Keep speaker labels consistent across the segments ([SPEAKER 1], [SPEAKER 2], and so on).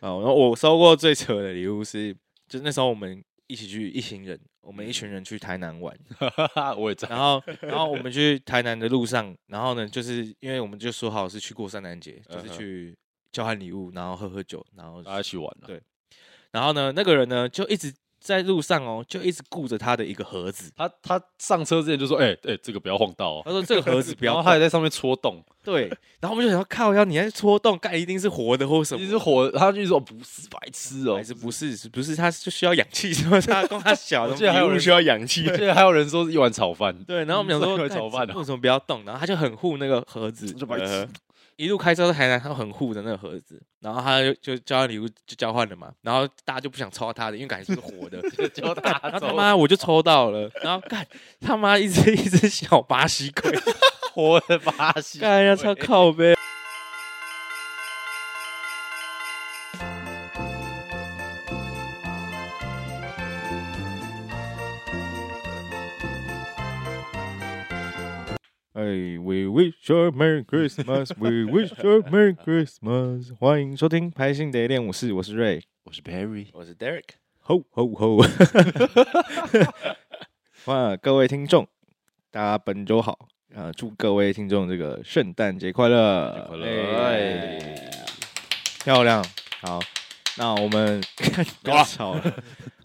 [SPEAKER 1] 哦，然后我收过最扯的礼物是，就那时候我们一起去一行人，我
[SPEAKER 2] 嗯
[SPEAKER 1] 们一群人去台南玩，
[SPEAKER 2] 我也在。
[SPEAKER 1] 然后然后我们去台南的路上，然后呢，就是因为我们就说好是去过圣诞节，就是
[SPEAKER 2] 嗯哼啊
[SPEAKER 1] 去交换礼物，然后喝喝酒，然后
[SPEAKER 2] 大家一起玩了，
[SPEAKER 1] 对然后呢，那个人呢就一直在路上哦，就一直顾着他的一个盒子，
[SPEAKER 2] 他他上车之前就说：“哎、哎、这个不要晃到哦。
[SPEAKER 1] 他说这个盒 子不
[SPEAKER 2] 然
[SPEAKER 1] 要
[SPEAKER 2] 后他
[SPEAKER 1] 动，
[SPEAKER 2] 也在上面戳洞，
[SPEAKER 1] 对，然后我们就想要靠要你还戳动，干一定是活的或什
[SPEAKER 2] 一
[SPEAKER 1] 么
[SPEAKER 2] 直。火，他就说哦不是白痴哦
[SPEAKER 1] 还。是不是是不是他就需要氧气，什么 他光他小
[SPEAKER 2] 我
[SPEAKER 1] 的
[SPEAKER 2] 记得还有人
[SPEAKER 3] 需要氧气，
[SPEAKER 2] 现在还有人说是一碗 炒饭，
[SPEAKER 1] 对，然后我们想说
[SPEAKER 2] 这个
[SPEAKER 1] 干
[SPEAKER 2] 怎么办啊
[SPEAKER 1] 为什么不要动？然后他就很护那个盒子，
[SPEAKER 2] 这白痴
[SPEAKER 1] 呃一路开车到台南，他很护着那个盒子，然后他就就交换礼物就交换了嘛，然后大家就不想抽他的，因为感觉是活 的，
[SPEAKER 2] 叫他
[SPEAKER 1] 然后他
[SPEAKER 2] 走
[SPEAKER 1] 妈我就抽到了，然后干他妈一只一只小巴西龟，
[SPEAKER 2] 活的巴西。
[SPEAKER 1] 干要超靠背。哎，We wish you a Merry Christmas, We wish you a Merry Christmas。欢迎收听《拍心得练武士》，我是 Ray，
[SPEAKER 2] 我是 Barry，
[SPEAKER 3] 我是 Derek，
[SPEAKER 1] 吼吼吼！哇，各位听众，大家本周好啊、呃祝各位听众这个圣诞节快乐，
[SPEAKER 2] 快乐
[SPEAKER 1] 哎漂亮，好，那我们呃不要吵了。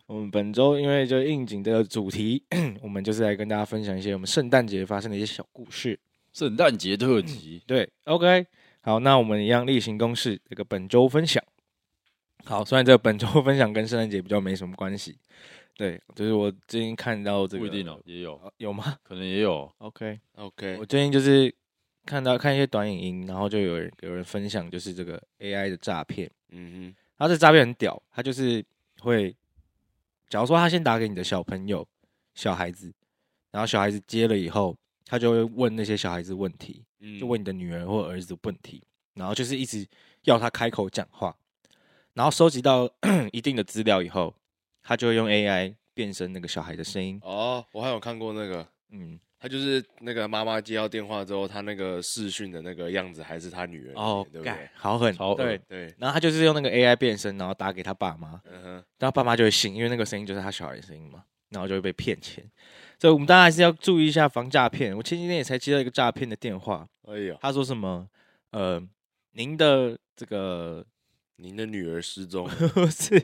[SPEAKER 1] 我们本周因为就应景这个主题， 我们就是来跟大家分享一些我们圣诞节发生的一些小故事。
[SPEAKER 2] 圣诞节特辑，
[SPEAKER 1] 对，OK，好，那我们一样例行公事，这个本周分享。好，虽然这个本周分享跟圣诞节比较没什么关系，对，就是我最近看到这个
[SPEAKER 2] 不一定哦，也有，
[SPEAKER 1] 呃有吗
[SPEAKER 2] 可能也有。
[SPEAKER 1] ？OK，
[SPEAKER 3] OK，
[SPEAKER 1] 我最近就是看到看一些短影音，然后就有人有人分享，就是这个 AI 的诈骗，
[SPEAKER 3] 嗯
[SPEAKER 1] 然后这诈骗很屌，他就是会，假如说他先打给你的小朋友、小孩子，然后小孩子接了以后，他就会问那些小孩子问题，
[SPEAKER 3] 哼，
[SPEAKER 1] 就问你的女儿或儿子问题，然后就是一直要他开口讲话，然后收集到 一定的资料以后，他就会用 AI 变身那个小孩的声音，
[SPEAKER 3] 哦，我还有看过那个，
[SPEAKER 1] 嗯，
[SPEAKER 3] 他就是那个妈妈接到电话之后，他那个视讯的那个样子还是他女儿
[SPEAKER 1] 哦，
[SPEAKER 3] 对不
[SPEAKER 1] 干
[SPEAKER 3] 对？
[SPEAKER 1] 好狠
[SPEAKER 2] 超，恶
[SPEAKER 1] 对，
[SPEAKER 3] 对，
[SPEAKER 1] 然后他就是用那个 AI 变身，然后打给他爸妈，
[SPEAKER 3] 嗯哼，
[SPEAKER 1] 然后爸妈就会信，因为那个声音就是他小孩的声音嘛，然后就会被骗钱，所以我们大家还是要注意一下防诈骗。我前几天也才接到一个诈骗的电话，
[SPEAKER 3] 哎呀，
[SPEAKER 1] 他说什么，呃，您的这个
[SPEAKER 3] 您的女儿失 踪，
[SPEAKER 1] 不是，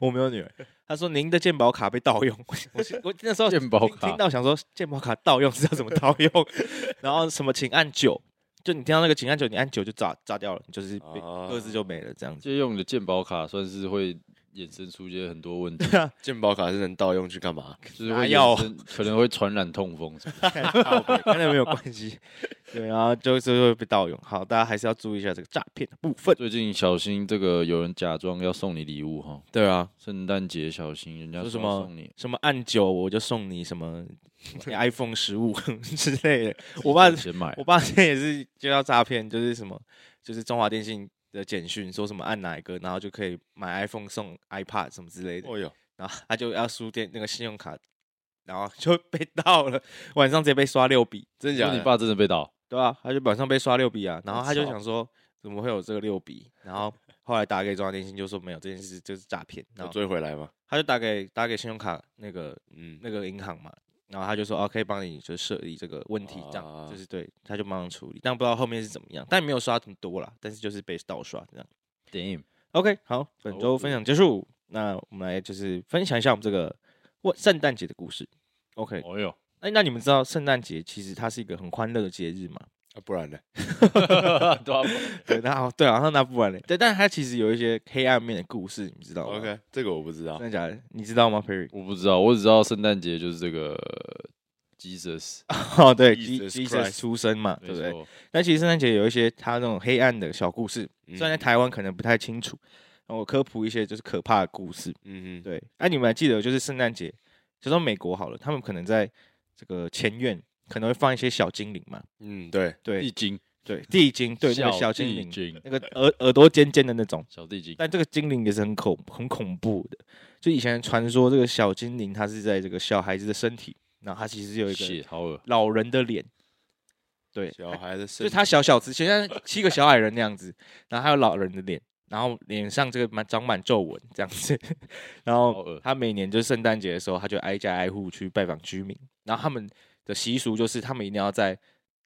[SPEAKER 1] 我没有女儿。他说您的鉴宝卡被盗用，我是我那时候
[SPEAKER 2] 鉴宝
[SPEAKER 1] 听
[SPEAKER 2] 卡
[SPEAKER 1] 听到想说鉴宝卡盗用是要怎么盗用，然后什么请按九，就你听到那个请按九，你按九就炸炸掉了，你就是被
[SPEAKER 3] 啊
[SPEAKER 1] 鸽子就没了这样子。
[SPEAKER 2] 借用你的健保卡，算是会衍生出一些很多问题，
[SPEAKER 3] 鉴宝卡是能盗用去干嘛？
[SPEAKER 2] 就是
[SPEAKER 1] 拿
[SPEAKER 2] 会
[SPEAKER 1] 药
[SPEAKER 2] 衍生可能会传染痛风什么的。
[SPEAKER 1] 跟那没有关系，对，然后就就会被盗用。好，大家还是要注意一下这个诈骗的部分。
[SPEAKER 2] 最近小心这个有人假装要送你礼物哈，
[SPEAKER 1] 对啊，
[SPEAKER 2] 圣诞节小心人家
[SPEAKER 1] 说什
[SPEAKER 2] 说
[SPEAKER 1] 么
[SPEAKER 2] 要送你
[SPEAKER 1] 什么按九我就送你什么 iPhone 十五 之类的。我爸
[SPEAKER 2] 钱买
[SPEAKER 1] 我爸现在也是接到诈骗，就是什么，就是中华电信的简讯，说什么按哪一个，然后就可以买 iPhone 送 iPad 什么之类的，
[SPEAKER 3] 哦哟，
[SPEAKER 1] 然后他就要输电那个信用卡，然后就被 盗了，晚上直接被刷六笔，
[SPEAKER 3] 真的
[SPEAKER 2] 说
[SPEAKER 3] 假
[SPEAKER 2] 你
[SPEAKER 3] 的？
[SPEAKER 2] 爸真的被盗，
[SPEAKER 1] 对啊，他就晚上被刷六笔啊，然后他就
[SPEAKER 2] 操
[SPEAKER 1] 想说怎么会有这个六笔，然后后来打给中华电信就说没有这件事就是诈骗，然
[SPEAKER 3] 有
[SPEAKER 1] 后
[SPEAKER 3] 追回来吗？
[SPEAKER 1] 他就打给打给信用卡那个
[SPEAKER 3] 嗯，
[SPEAKER 1] 那个银行嘛，然后他就说哦，可以帮你就是设立这个问题，这样、
[SPEAKER 3] 啊
[SPEAKER 1] 就是对，他就帮忙处理，但不知道后面是怎么样，但没有刷很多啦，但是就是被盗刷这样。
[SPEAKER 2] damn，
[SPEAKER 1] OK，好，本
[SPEAKER 2] 好
[SPEAKER 3] 哦
[SPEAKER 1] 周分享结束，那我们来就是分享一下我们这个过圣诞节的故事。OK，
[SPEAKER 2] 哦哟，
[SPEAKER 1] 哎、那你们知道圣诞节其实它是一个很欢乐的节日嘛？
[SPEAKER 3] 啊不然呢？
[SPEAKER 2] 对啊，
[SPEAKER 1] 对，那好对啊，那那不然嘞？对，但它其实有一些黑暗面的故事，你们知道吗
[SPEAKER 3] OK，这个我不知道
[SPEAKER 1] 真。的假的？你知道吗，Perry？
[SPEAKER 2] 我不知道，我只知道圣诞节就是这个 Jesus，
[SPEAKER 1] 哦，对
[SPEAKER 3] Jesus
[SPEAKER 1] ，Jesus
[SPEAKER 3] Christ
[SPEAKER 1] 出生嘛，对
[SPEAKER 2] 没
[SPEAKER 1] 不对？
[SPEAKER 2] 错
[SPEAKER 1] 但其实圣诞节有一些它那种黑暗的小故事，
[SPEAKER 3] 嗯
[SPEAKER 1] 虽然在台湾可能不太清楚，然后我科普一些就是可怕的故事。
[SPEAKER 3] 嗯哼，
[SPEAKER 1] 对，那、你们还记得就是圣诞节，就说美国好了，他们可能在这个前院可能会放一些小精灵嘛，
[SPEAKER 3] 嗯，对，
[SPEAKER 1] 对
[SPEAKER 2] 地精，
[SPEAKER 1] 对，地精，对那个小
[SPEAKER 2] 小
[SPEAKER 1] 精
[SPEAKER 2] 地
[SPEAKER 1] 灵，
[SPEAKER 2] 精，
[SPEAKER 1] 那个耳耳朵尖尖的那种。
[SPEAKER 2] 小地精，
[SPEAKER 1] 但这个精灵也是很恐很恐怖的，就以前传说这个小精灵它是在这个小孩子的身体，然后它其实有一个
[SPEAKER 2] 血好恶，
[SPEAKER 1] 老人的脸，对，
[SPEAKER 3] 小孩的
[SPEAKER 1] 就
[SPEAKER 3] 身
[SPEAKER 1] 是他小小只，现在七个小矮人那样子，然后还有老人的脸，然后脸上这个满长满皱纹这样子， 然
[SPEAKER 2] 好恶
[SPEAKER 1] 后他每年就是圣诞节的时候，他就挨家挨户去拜访居民，然后他们的习俗就是他们一定要在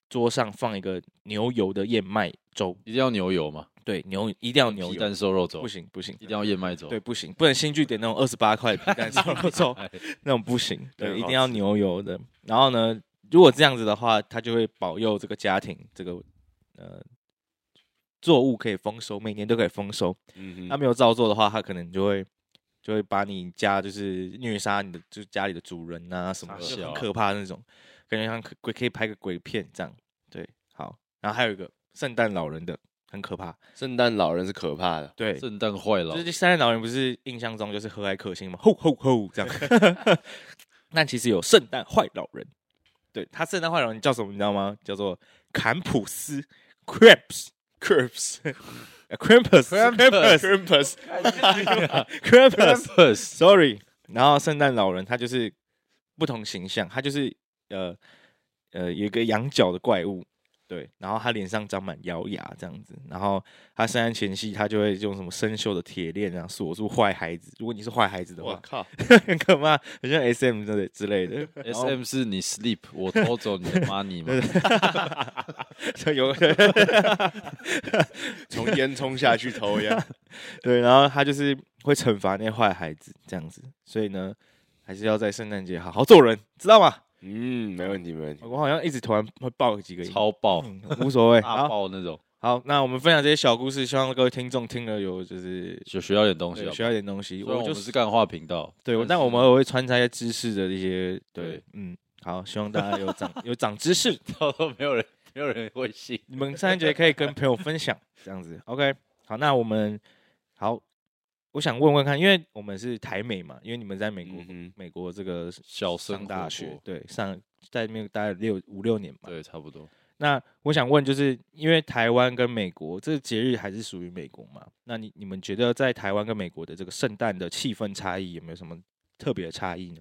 [SPEAKER 1] 桌上放一个牛油的燕麦粥，
[SPEAKER 2] 一定要牛油嘛，
[SPEAKER 1] 对，牛一定要牛
[SPEAKER 2] 鸡
[SPEAKER 1] 油，
[SPEAKER 2] 蛋瘦肉粥
[SPEAKER 1] 不，行不行
[SPEAKER 2] 一，定要燕麦粥。
[SPEAKER 1] 对，不行，不能新据点那种二十八块皮 蛋瘦肉粥
[SPEAKER 2] 哎，
[SPEAKER 1] 那种不行，对，
[SPEAKER 3] 对
[SPEAKER 1] 一
[SPEAKER 3] 好
[SPEAKER 1] 定要
[SPEAKER 3] 吃
[SPEAKER 1] 牛油的。然后呢，如果这样子的话，它就会保佑这个家庭，这个呃作物可以丰收，每年都可以丰收。
[SPEAKER 3] 嗯
[SPEAKER 1] 他
[SPEAKER 3] 哼，
[SPEAKER 1] 没有照做的话，他可能就会就会把你家就是虐杀你的，就是家里的主人啊什么的，
[SPEAKER 2] 傻
[SPEAKER 1] 就
[SPEAKER 2] 小
[SPEAKER 1] 很
[SPEAKER 2] 啊
[SPEAKER 1] 可怕的那种，感觉像可鬼可以拍个鬼片这样。对，好，然后还有一个圣诞老人的，很可怕。
[SPEAKER 3] 圣诞老人是可怕的，
[SPEAKER 1] 对，
[SPEAKER 2] 圣诞坏老
[SPEAKER 1] 就是这三任老人不是印象中就是和蔼可亲嘛，吼吼吼这样。但其实有圣诞坏老人，对他圣诞坏老人叫什么你知道吗？叫做坎普斯 （Cramps）。Cramps，Krampus，Krampus，Krampus，Krampus，Sorry。Krampus，Krampus，Krampus，
[SPEAKER 2] Krampus
[SPEAKER 1] Sorry 然后圣诞老人他就是不同形象，他就是呃呃有一个羊角的怪物，对，然后他脸上长满獠牙这样子，然后他圣诞前夕他就会用什么生锈的铁链啊锁住坏孩子，如果你是坏孩子的
[SPEAKER 3] 我
[SPEAKER 1] 话，
[SPEAKER 3] 靠，
[SPEAKER 1] 很 可怕，很像 S M 之类之类的 然后
[SPEAKER 2] SM 是你 sleep，我偷 走你的 money 嘛？
[SPEAKER 1] 就有
[SPEAKER 3] 从烟囱下去 抽烟，
[SPEAKER 1] 对，然后他就是会惩罚那些坏孩子这样子，所以呢，还是要在圣诞节好好做人，知道吗？
[SPEAKER 3] 嗯，没问题，没问题。
[SPEAKER 1] 我好像一直突然会爆几个音，
[SPEAKER 2] 超爆
[SPEAKER 1] 嗯无所谓。
[SPEAKER 2] 大
[SPEAKER 1] 好
[SPEAKER 2] 爆那种，
[SPEAKER 1] 好，那我们分享这些小故事，希望各位听众听了有就是
[SPEAKER 2] 就学到点东西
[SPEAKER 1] 对
[SPEAKER 2] 啊。
[SPEAKER 1] 学到一点东西。
[SPEAKER 2] 虽然
[SPEAKER 1] 我
[SPEAKER 2] 我
[SPEAKER 1] 就
[SPEAKER 2] 们是干话频道，
[SPEAKER 1] 对，我但
[SPEAKER 2] 是
[SPEAKER 1] 我们也会穿插一些知识的一些对
[SPEAKER 2] 对，
[SPEAKER 1] 嗯，好，希望大家有长有长知识。
[SPEAKER 2] 到时候没有人没有人会 信。
[SPEAKER 1] 你们圣诞节可以跟朋友分享这样子。OK，好，那我们好，我想问问看，因为我们是台美嘛，因为你们在美国
[SPEAKER 3] 嗯，哼，
[SPEAKER 1] 美国这个
[SPEAKER 2] 小
[SPEAKER 1] 上
[SPEAKER 2] 生
[SPEAKER 1] 大
[SPEAKER 2] 活
[SPEAKER 1] 学
[SPEAKER 2] 过，，
[SPEAKER 1] 对，上在那边待了六五六年嘛，
[SPEAKER 2] 对，差不多。
[SPEAKER 1] 那我想问，就是因为台湾跟美国这个节日还是属于美国嘛？那你你们觉得在台湾跟美国的这个圣诞的气氛差异有没有什么特别的差异呢？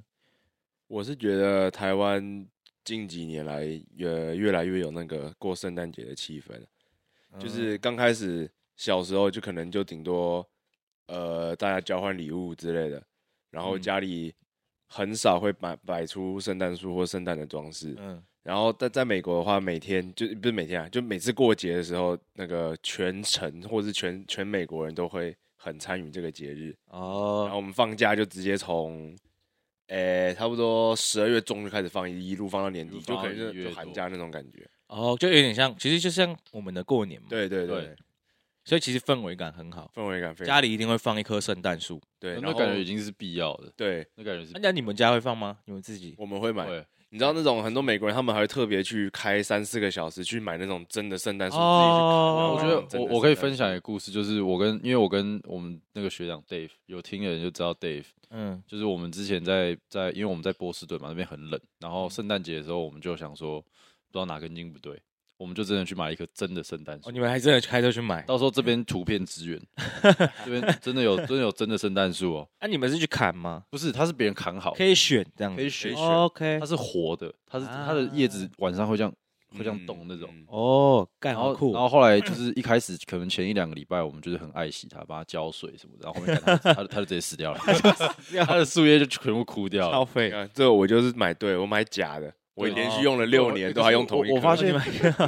[SPEAKER 3] 我是觉得台湾近几年来越越来越有那个过圣诞节的气氛，
[SPEAKER 1] 嗯
[SPEAKER 3] 就是刚开始小时候就可能就顶多呃大家交换礼物之类的，然后
[SPEAKER 1] 嗯
[SPEAKER 3] 家里很少会摆摆出圣诞树或圣诞的装饰，
[SPEAKER 1] 嗯，
[SPEAKER 3] 然后在在美国的话，每天就不是每天啊，就每次过节的时候，那个全城或者是全全美国人都会很参与这个节日。然
[SPEAKER 1] 哦，
[SPEAKER 3] 后我们放假就直接从，诶、差不多十二月中就开始放，一路放到年
[SPEAKER 2] 一
[SPEAKER 3] 底，
[SPEAKER 2] 路
[SPEAKER 3] 就
[SPEAKER 2] 放
[SPEAKER 3] 可
[SPEAKER 2] 到
[SPEAKER 3] 能
[SPEAKER 2] 一月
[SPEAKER 3] 就就
[SPEAKER 2] 多
[SPEAKER 3] 寒假那种感觉。
[SPEAKER 1] 哦，就有点像，其实就像我们的过年嘛，，
[SPEAKER 3] 对对对，
[SPEAKER 2] 嗯对
[SPEAKER 1] 所以其实氛围感很好，
[SPEAKER 3] 氛围感非常
[SPEAKER 1] 家里一定会放一棵圣诞树。啊
[SPEAKER 3] 对，然
[SPEAKER 2] 那
[SPEAKER 3] 后
[SPEAKER 2] 感觉已经是必要的，
[SPEAKER 3] 对，
[SPEAKER 2] 那感觉是
[SPEAKER 1] 那那你们家会放吗？你们自己？
[SPEAKER 3] 我们 会买。
[SPEAKER 2] 对，
[SPEAKER 3] 你知道那种很多美国人，他们还会特别去开三四个小时去买那种真的圣诞树。
[SPEAKER 1] 哦
[SPEAKER 2] 我觉
[SPEAKER 3] 自己去
[SPEAKER 2] 得
[SPEAKER 3] 烤
[SPEAKER 2] 我我可以分享一个故事，就是我跟因为我跟我们那个学长 Dave 有听的人就知道 Dave，
[SPEAKER 1] 嗯
[SPEAKER 2] 就是我们之前在在因为我们在波士顿嘛，那边很冷，
[SPEAKER 1] 嗯
[SPEAKER 2] 然后圣诞节的时候我们就想说不知道哪根筋不对，我们就真的去买一棵真的圣诞树
[SPEAKER 1] 哦，。你们还真的开车去买？
[SPEAKER 2] 到时候这边图片 支援，这边真的有真的有真的圣诞树哦，
[SPEAKER 1] 啊那、你们是去砍吗？
[SPEAKER 2] 不是，它是别人砍好的，
[SPEAKER 1] 可以选这样子，
[SPEAKER 2] 可以选
[SPEAKER 1] 哦 OK，
[SPEAKER 2] 它是活的，它是它的叶子晚上会这样会这样动那种。。
[SPEAKER 3] 啊嗯嗯
[SPEAKER 1] 哦，干
[SPEAKER 2] 然
[SPEAKER 1] 好
[SPEAKER 2] 后，
[SPEAKER 1] 酷
[SPEAKER 2] 然后后来就是一开始可能前一两个礼拜，我们就是很爱惜它，帮它浇水什么的，然后后面看它，它就它就直接死掉了，它的树叶就全部枯掉了
[SPEAKER 1] 消。费
[SPEAKER 3] 你看啊这个我就是买对，我买假的，我
[SPEAKER 2] 对啊
[SPEAKER 3] 连续用了六年都还用同一
[SPEAKER 2] 我
[SPEAKER 3] 颗。
[SPEAKER 2] 我发现，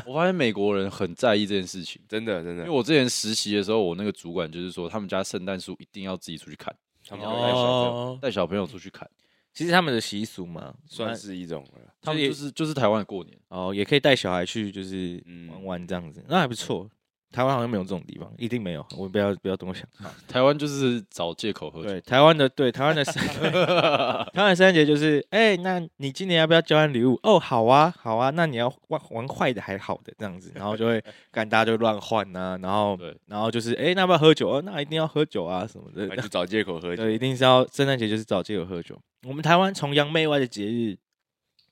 [SPEAKER 2] 我发现美国人很在意这件事 情，
[SPEAKER 3] 真的真
[SPEAKER 2] 因为
[SPEAKER 3] 的，
[SPEAKER 2] 我之前实习的时候，我那个主管就是说，他们家圣诞树一定要自己出去砍，
[SPEAKER 3] 他们
[SPEAKER 2] 然后
[SPEAKER 3] 带小朋友
[SPEAKER 1] 哦，
[SPEAKER 2] 带小朋友出去砍，
[SPEAKER 1] 其实他们的习俗嘛，
[SPEAKER 3] 算
[SPEAKER 1] 那
[SPEAKER 3] 是一种了。
[SPEAKER 2] 他们
[SPEAKER 1] 也
[SPEAKER 2] 就是就是台湾的过年，
[SPEAKER 1] 哦，也可以带小孩去，就是
[SPEAKER 3] 嗯
[SPEAKER 1] 玩玩这样子，那还不错。台湾好像没有这种地方，一定没有。我不要不要多想。
[SPEAKER 2] 台湾就是找借口喝酒，
[SPEAKER 1] 对，台湾的对台湾 的圣对台湾的圣诞节就是，哎、那你今年要不要交换礼物？哦，好啊，好啊，那你要玩玩坏的还好的这样子，然后就 会干大家就乱换呐，然后
[SPEAKER 2] 对哎
[SPEAKER 1] 然后就是，哎、那要不要喝酒？哦，那一定要喝酒啊什么的
[SPEAKER 3] 那。就找借口喝酒。
[SPEAKER 1] 对，一定是要圣诞节就是找借口喝酒。我们台湾崇洋媚外的节日，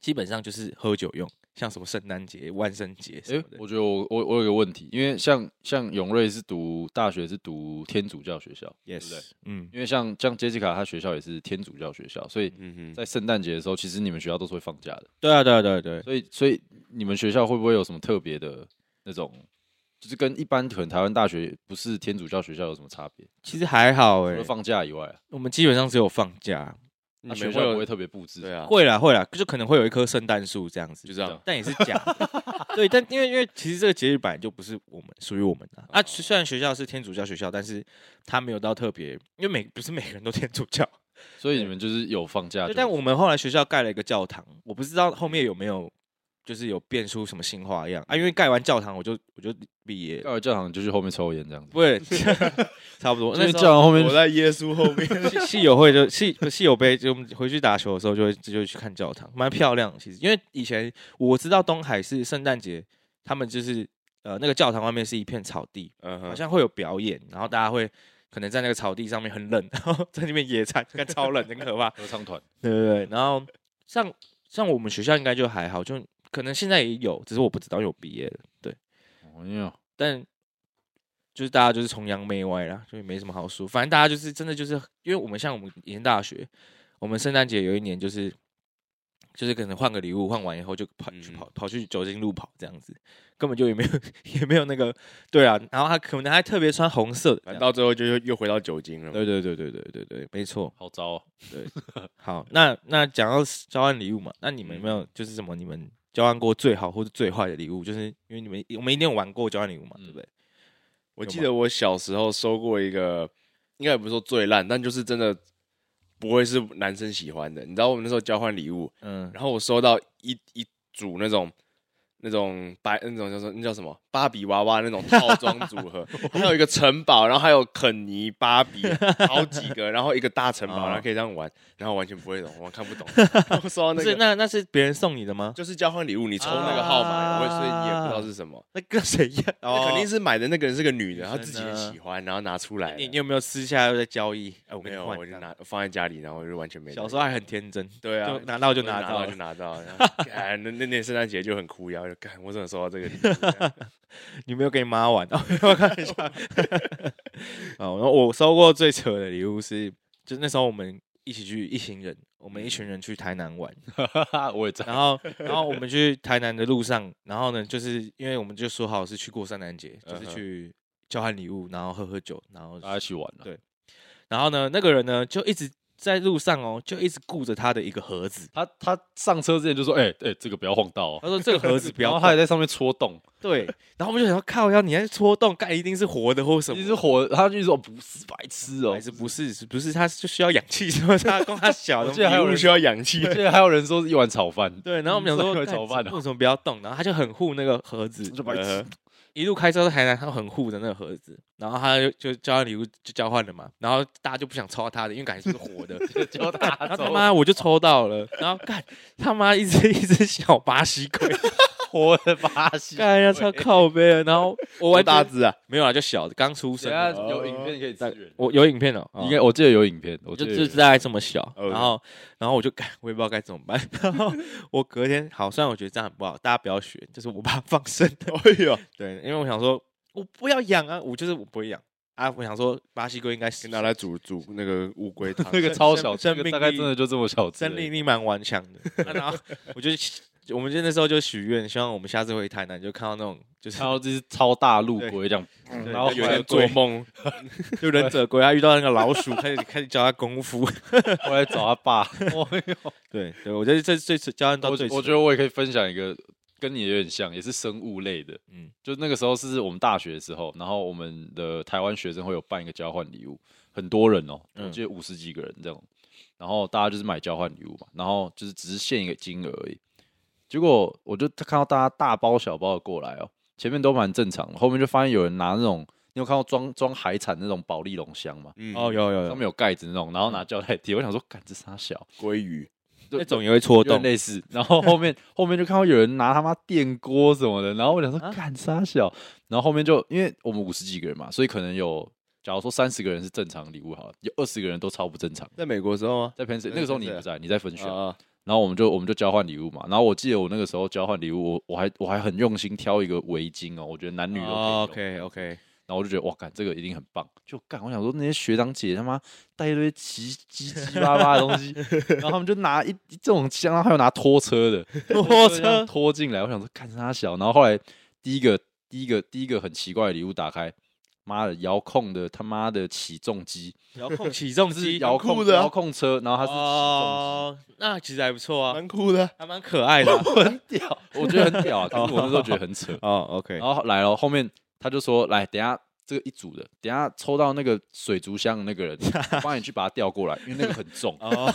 [SPEAKER 1] 基本上就是喝酒用，像什么圣诞节、万圣节什
[SPEAKER 2] 诶，
[SPEAKER 1] 么的。
[SPEAKER 2] 我觉得我我我有个问题，因为像像永瑞是读大学是读天主教学校对不对
[SPEAKER 1] yes，嗯，
[SPEAKER 2] 因为像像杰西卡她学校也是天主教学校，所以
[SPEAKER 3] 嗯哼，
[SPEAKER 2] 在圣诞节的时候，其实你们学校都是会放假的，
[SPEAKER 1] 对啊，对啊，对啊对啊。
[SPEAKER 2] 所以所以你们学校会不会有什么特别的那种就是跟一般可能台湾大学不是天主教学校有什么差别？
[SPEAKER 1] 其实还好
[SPEAKER 2] 除
[SPEAKER 1] 哎、
[SPEAKER 2] 了放假以外，啊
[SPEAKER 1] 我们基本上只有放假，
[SPEAKER 2] 那
[SPEAKER 3] 你
[SPEAKER 2] 学
[SPEAKER 3] 们
[SPEAKER 2] 校
[SPEAKER 3] 会
[SPEAKER 2] 不会
[SPEAKER 3] 有
[SPEAKER 2] 特别布置。
[SPEAKER 3] 对啊，
[SPEAKER 1] 会啦会啦，就可能会有一棵圣诞树这样子，
[SPEAKER 3] 就啊这样，
[SPEAKER 1] 但也是假的。 对，但因为因为其实这个节日本来就不是我们属于我们的啊。虽虽然学校是天主教学校，但是他没有到特别，因为每不是每个人都天主教。
[SPEAKER 2] 所以你们就是有放假
[SPEAKER 1] 对，
[SPEAKER 2] 就，
[SPEAKER 1] 但我们后来学校盖了一个教堂，我不知道后面有没有就是有变出什么新花样啊。因为盖完教堂，我就我就毕业了，
[SPEAKER 2] 到了教堂就去后面抽烟这样子。
[SPEAKER 1] 不会 差不多。
[SPEAKER 2] 因
[SPEAKER 1] 那
[SPEAKER 2] 为
[SPEAKER 1] 时
[SPEAKER 2] 教
[SPEAKER 1] 候
[SPEAKER 2] 堂后面
[SPEAKER 3] 啊我在耶稣后面，
[SPEAKER 1] 系系友会就系系友杯，就我们回去打球的时候就会就会去看教堂，蛮漂亮。其实因为以前我知道东海是圣诞节，他们就是呃那个教堂外面是一片草地，
[SPEAKER 3] 嗯
[SPEAKER 1] 好
[SPEAKER 3] 哼，
[SPEAKER 1] 像会有表演，然后大家会可能在那个草地上面很冷， 然后在那边野餐，看超冷，很可怕。
[SPEAKER 2] 合唱团，
[SPEAKER 1] 对对对，然后像像我们学校应该就还好，就可能现在也有，只是我不知道因为我毕业了，
[SPEAKER 2] 哎呦，
[SPEAKER 1] 但就是大家就是崇洋媚外啦，所以没什么好说。反正大家就是真的就是，因为我们像我们以前大学，我们圣诞节有一年就是就是可能换个礼物，换完以后就跑去
[SPEAKER 3] 嗯
[SPEAKER 1] 跑跑去酒精路跑这样子，根本就也没有 也没有那个对啊，然后他可能还特别穿红色的这
[SPEAKER 3] 反
[SPEAKER 1] 样。
[SPEAKER 3] 到最后就又又回到酒精了嘛。
[SPEAKER 1] 对对对对对对对，没错。
[SPEAKER 2] 好糟哦！
[SPEAKER 3] 呃
[SPEAKER 1] 好，那那讲到交换礼物嘛，那你们有没
[SPEAKER 3] 嗯
[SPEAKER 1] 有就是什么你们交换过最好或者最坏的礼物？就是因为你们我们一定有玩过交换礼物嘛，
[SPEAKER 3] 嗯
[SPEAKER 1] 对不对？
[SPEAKER 3] 我记
[SPEAKER 1] 有吗
[SPEAKER 3] 得我小时候收过一个，应该也不是说最烂，但就是真的不会是男生喜欢的。你知道我们那时候交换礼物，
[SPEAKER 1] 嗯，
[SPEAKER 3] 然后我收到一一组那种那种白那种叫什么那叫什么芭比娃娃那种套装组 合，还有一个城堡，然后还有肯尼芭比，好几个，然后一个大城
[SPEAKER 1] 哦
[SPEAKER 3] 堡，然后可以这样玩，然后完全不会懂，我看不懂， 然后收到
[SPEAKER 1] 不
[SPEAKER 3] 那
[SPEAKER 1] 是，
[SPEAKER 3] 个。
[SPEAKER 1] 那那是别人送你的吗？
[SPEAKER 3] 就是交换礼物，你抽那个号码，我也所以你也不知道
[SPEAKER 1] 啊
[SPEAKER 3] 是什么。
[SPEAKER 1] 那跟谁要？
[SPEAKER 3] 那肯定
[SPEAKER 1] 是
[SPEAKER 3] 是买的那个人是个女
[SPEAKER 1] 哦女
[SPEAKER 3] 的，她
[SPEAKER 1] 生
[SPEAKER 3] 自己也
[SPEAKER 1] 呢
[SPEAKER 3] 喜欢，然后拿出来了。
[SPEAKER 1] 你，你有没有私下又在交易？哎，哦我
[SPEAKER 3] 没
[SPEAKER 1] 跟你
[SPEAKER 3] 有，
[SPEAKER 1] 换
[SPEAKER 3] 我就
[SPEAKER 1] 这样
[SPEAKER 3] 拿放在家里，然后我就完全没拿。
[SPEAKER 1] 小时候还很天真，
[SPEAKER 3] 对啊，
[SPEAKER 1] 就拿到就拿
[SPEAKER 3] 拿
[SPEAKER 1] 到
[SPEAKER 3] 就拿到。然后干那那年圣诞节就很哭腰，就干我怎么收到这个礼物？
[SPEAKER 1] 你没有跟你妈玩，哦我看一下。 哦，然后我收过最扯的礼物是，就是那时候我们一起去一行人，我们一群人去台南玩，
[SPEAKER 2] 啊 我也在，
[SPEAKER 1] 然 后，然后我们去台南的路上，然后呢，就是因为我们就说好是去过圣诞节，就是
[SPEAKER 3] 嗯哼
[SPEAKER 1] 去交换礼物，然后喝喝酒，然后，
[SPEAKER 2] 大家一起玩啊了。
[SPEAKER 1] 对然后呢，那个人呢就一直在路上哦，就一直顾着他的一个盒子，
[SPEAKER 2] 他他上车之前就说：“哎、哎、这个不要晃到哦。
[SPEAKER 1] 他说这个盒子”嗯不要
[SPEAKER 2] 然后他
[SPEAKER 1] 动，
[SPEAKER 2] 也在上面戳洞，
[SPEAKER 1] 对，然后我们就想说靠腰，你还戳动，盖一定是活的或什么
[SPEAKER 2] 一。直火，他就说：“哦不是白痴哦
[SPEAKER 1] 还。是不是是不是？他就需要氧气，什么他供他 小
[SPEAKER 2] 我
[SPEAKER 1] 的
[SPEAKER 2] 记，得还有
[SPEAKER 3] 礼物
[SPEAKER 2] 人
[SPEAKER 3] 需要氧气”，
[SPEAKER 2] 而且还有人说是一碗 炒饭，
[SPEAKER 1] 对。然后我们想说，
[SPEAKER 2] 这个
[SPEAKER 1] 干
[SPEAKER 2] 怎么办啊
[SPEAKER 1] 为什么不要动？然后他就很护那个盒子，
[SPEAKER 2] 就白痴
[SPEAKER 3] 呃。
[SPEAKER 1] 一路开车到台南，他很护的那个盒子，然后他就就交换礼物就交换了嘛，然后大家就不想抽到他的，因为感觉是活的，
[SPEAKER 2] 就
[SPEAKER 1] 干
[SPEAKER 2] 他
[SPEAKER 1] 然后
[SPEAKER 2] 走
[SPEAKER 1] 他妈我就抽到了，然后干他妈一只一只小巴西龟，
[SPEAKER 2] 活的巴西。
[SPEAKER 1] 干要超靠背了，然后我
[SPEAKER 3] 多
[SPEAKER 1] 完
[SPEAKER 3] 大
[SPEAKER 1] 全
[SPEAKER 3] 只啊？
[SPEAKER 1] 没有啦，就小的刚出生
[SPEAKER 2] 等一下
[SPEAKER 1] 的，
[SPEAKER 2] 有影片可以支援，
[SPEAKER 1] 我有影片哦、哦
[SPEAKER 2] 应该我记得有影片，我
[SPEAKER 1] 我就
[SPEAKER 2] 记得
[SPEAKER 1] 就
[SPEAKER 2] 有。
[SPEAKER 1] 大概这么小，
[SPEAKER 3] OK
[SPEAKER 1] 然后然后我就干，我也不知道该怎么办， 然后我隔天好，虽然我觉得这样很不好，大家不要学，就是我把它放生，
[SPEAKER 3] 哎呦，
[SPEAKER 1] 对，因为我想说我不要养啊，我就是我不会养啊，我想说巴西龟应该是
[SPEAKER 3] 拿来煮煮那个乌龟汤
[SPEAKER 2] 那个超
[SPEAKER 1] 生
[SPEAKER 2] 小，
[SPEAKER 1] 生
[SPEAKER 2] 这个
[SPEAKER 1] 命
[SPEAKER 2] 大概
[SPEAKER 1] 力
[SPEAKER 2] 真的就这么小只而
[SPEAKER 1] 生命
[SPEAKER 2] 已。
[SPEAKER 1] 力蛮顽强 的。啊然后我就我们就那时候就许愿，希望我们下次回台南就看到那种 就是
[SPEAKER 2] 看到这只超大陆龟这样，
[SPEAKER 1] 对
[SPEAKER 2] 然后
[SPEAKER 1] 就有
[SPEAKER 2] 回
[SPEAKER 3] 有
[SPEAKER 2] 来
[SPEAKER 1] 点
[SPEAKER 3] 点做
[SPEAKER 1] 做
[SPEAKER 3] 梦，
[SPEAKER 1] 就忍者龟，他遇到那个老鼠，开始开始教他功夫。
[SPEAKER 2] 回来找他爸。我
[SPEAKER 1] 对对，我觉得这最最教他到
[SPEAKER 2] 我
[SPEAKER 1] 最
[SPEAKER 2] 我觉
[SPEAKER 1] 得
[SPEAKER 2] 得我也可以分享一个跟你有点像，也是生物类的。
[SPEAKER 1] 嗯
[SPEAKER 2] 就那个时候是我们大学的时候，然后我们的台湾学生会有办一个交换礼物，很多人哦、
[SPEAKER 1] 嗯
[SPEAKER 2] 我记得五十几个人这样，然后大家就是买交换礼物嘛，然后就是只是限一个金额而已。结果我就看到大家大包小包的过来哦、前面都蛮正常的，后面就发现有人拿那种，你有看到装装海产那种保利龙箱吗？
[SPEAKER 3] 嗯，
[SPEAKER 1] 哦有有
[SPEAKER 2] 上
[SPEAKER 1] 有
[SPEAKER 2] 面有盖子那种，然后拿胶带贴，我想说，干这傻小，
[SPEAKER 3] 鲑鱼，
[SPEAKER 1] 那种也会戳
[SPEAKER 2] 有点
[SPEAKER 1] 动，
[SPEAKER 2] 类似。然后后 面后面就看到有人拿他妈电锅什么的，然后我想说
[SPEAKER 1] 啊
[SPEAKER 2] 干啥小，然后后面就因为我们五十几个人嘛，所以可能有假如说三十个人是正常礼物好了，有二十个人都超不正常。
[SPEAKER 3] 在美国时候吗？
[SPEAKER 2] 在 p e n
[SPEAKER 3] 对
[SPEAKER 2] 那个时候你
[SPEAKER 3] 对
[SPEAKER 2] 不在，你在分选，
[SPEAKER 3] 啊，
[SPEAKER 2] 然后我们就我们就交换礼物嘛。然后我记得我那个时候交换礼物，我我还我还很用心挑一个围巾哦，我觉得男女都可以
[SPEAKER 1] 哦 OK
[SPEAKER 2] 用。
[SPEAKER 3] 啊
[SPEAKER 1] OK，
[SPEAKER 2] 然后我就觉得哇，干这个一定很棒，就干我想说那些学长姐他妈带一堆奇奇奇巴巴的东 西，然后他们就拿一一这种箱，然后还有拿拖车的
[SPEAKER 1] 拖
[SPEAKER 2] 这
[SPEAKER 1] 车
[SPEAKER 2] 样拖进来，我想说干他小，然后后来第一个第一个第一个很奇怪的礼物打开，妈的遥控的他妈的起重机，
[SPEAKER 1] 遥控起重
[SPEAKER 2] 是
[SPEAKER 1] 机，
[SPEAKER 2] 遥
[SPEAKER 3] 酷
[SPEAKER 2] 控
[SPEAKER 3] 的啊
[SPEAKER 2] 遥控车，然后它是起
[SPEAKER 1] 哦，那其实还不错啊，
[SPEAKER 3] 蛮酷的啊。
[SPEAKER 1] 还蛮可爱的 啊。
[SPEAKER 2] 重机，我觉得很屌啊，可是我那 时候觉得很扯。
[SPEAKER 1] 哦，OK，
[SPEAKER 2] 然后来了，后面他就说：“来，等一下这个一组的，等一下抽到那个水族箱的那个人，我帮你去把它调过来，因为那个很 重，
[SPEAKER 1] 哦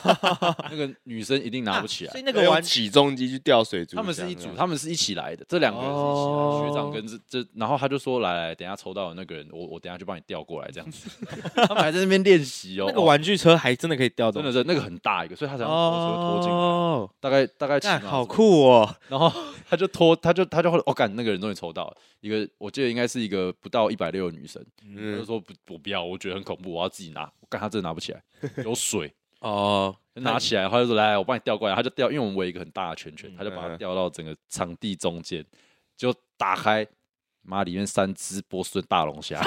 [SPEAKER 2] 那个女生一定拿不起
[SPEAKER 1] 所
[SPEAKER 2] 来
[SPEAKER 1] 以。那
[SPEAKER 3] 那
[SPEAKER 1] 个
[SPEAKER 3] 个玩
[SPEAKER 1] 玩
[SPEAKER 3] 起重机去吊水啊族箱，
[SPEAKER 2] 他们是一组，
[SPEAKER 3] 这样
[SPEAKER 2] 他们是一起来的，这两个人是一起来的，
[SPEAKER 1] 哦
[SPEAKER 2] 学长跟这这，然后他就说：来来，等一下抽到的那个人，我我等一下就帮你调过来，这样 子。他们还在那边练习哦，
[SPEAKER 1] 那个
[SPEAKER 2] 哦
[SPEAKER 1] 玩具车还哎真的可以调
[SPEAKER 2] 真
[SPEAKER 1] 动，
[SPEAKER 2] 的是那个很大一个，所以他才用拖车拖进来，
[SPEAKER 1] 哦，
[SPEAKER 2] 大概大概起
[SPEAKER 1] 干
[SPEAKER 2] 码
[SPEAKER 1] 好
[SPEAKER 2] 是
[SPEAKER 1] 酷哦，
[SPEAKER 2] 然后他就拖，他就他就后来，我、哦、干，那个人终于抽到了一个，我记得应该是一个不到一百六的女生，他就
[SPEAKER 3] 嗯
[SPEAKER 2] 说不，我不要，我觉得很恐怖，我要自己拿。我干，他真的拿不起来，有水，
[SPEAKER 1] 哦，
[SPEAKER 2] 就拿起来，他就说来，我帮你调过来，他就调，因为我们围一个很大的圈圈，他就把它
[SPEAKER 3] 嗯
[SPEAKER 2] 调到整个场地中间，就打开，妈，里面三只波士顿大龙 虾，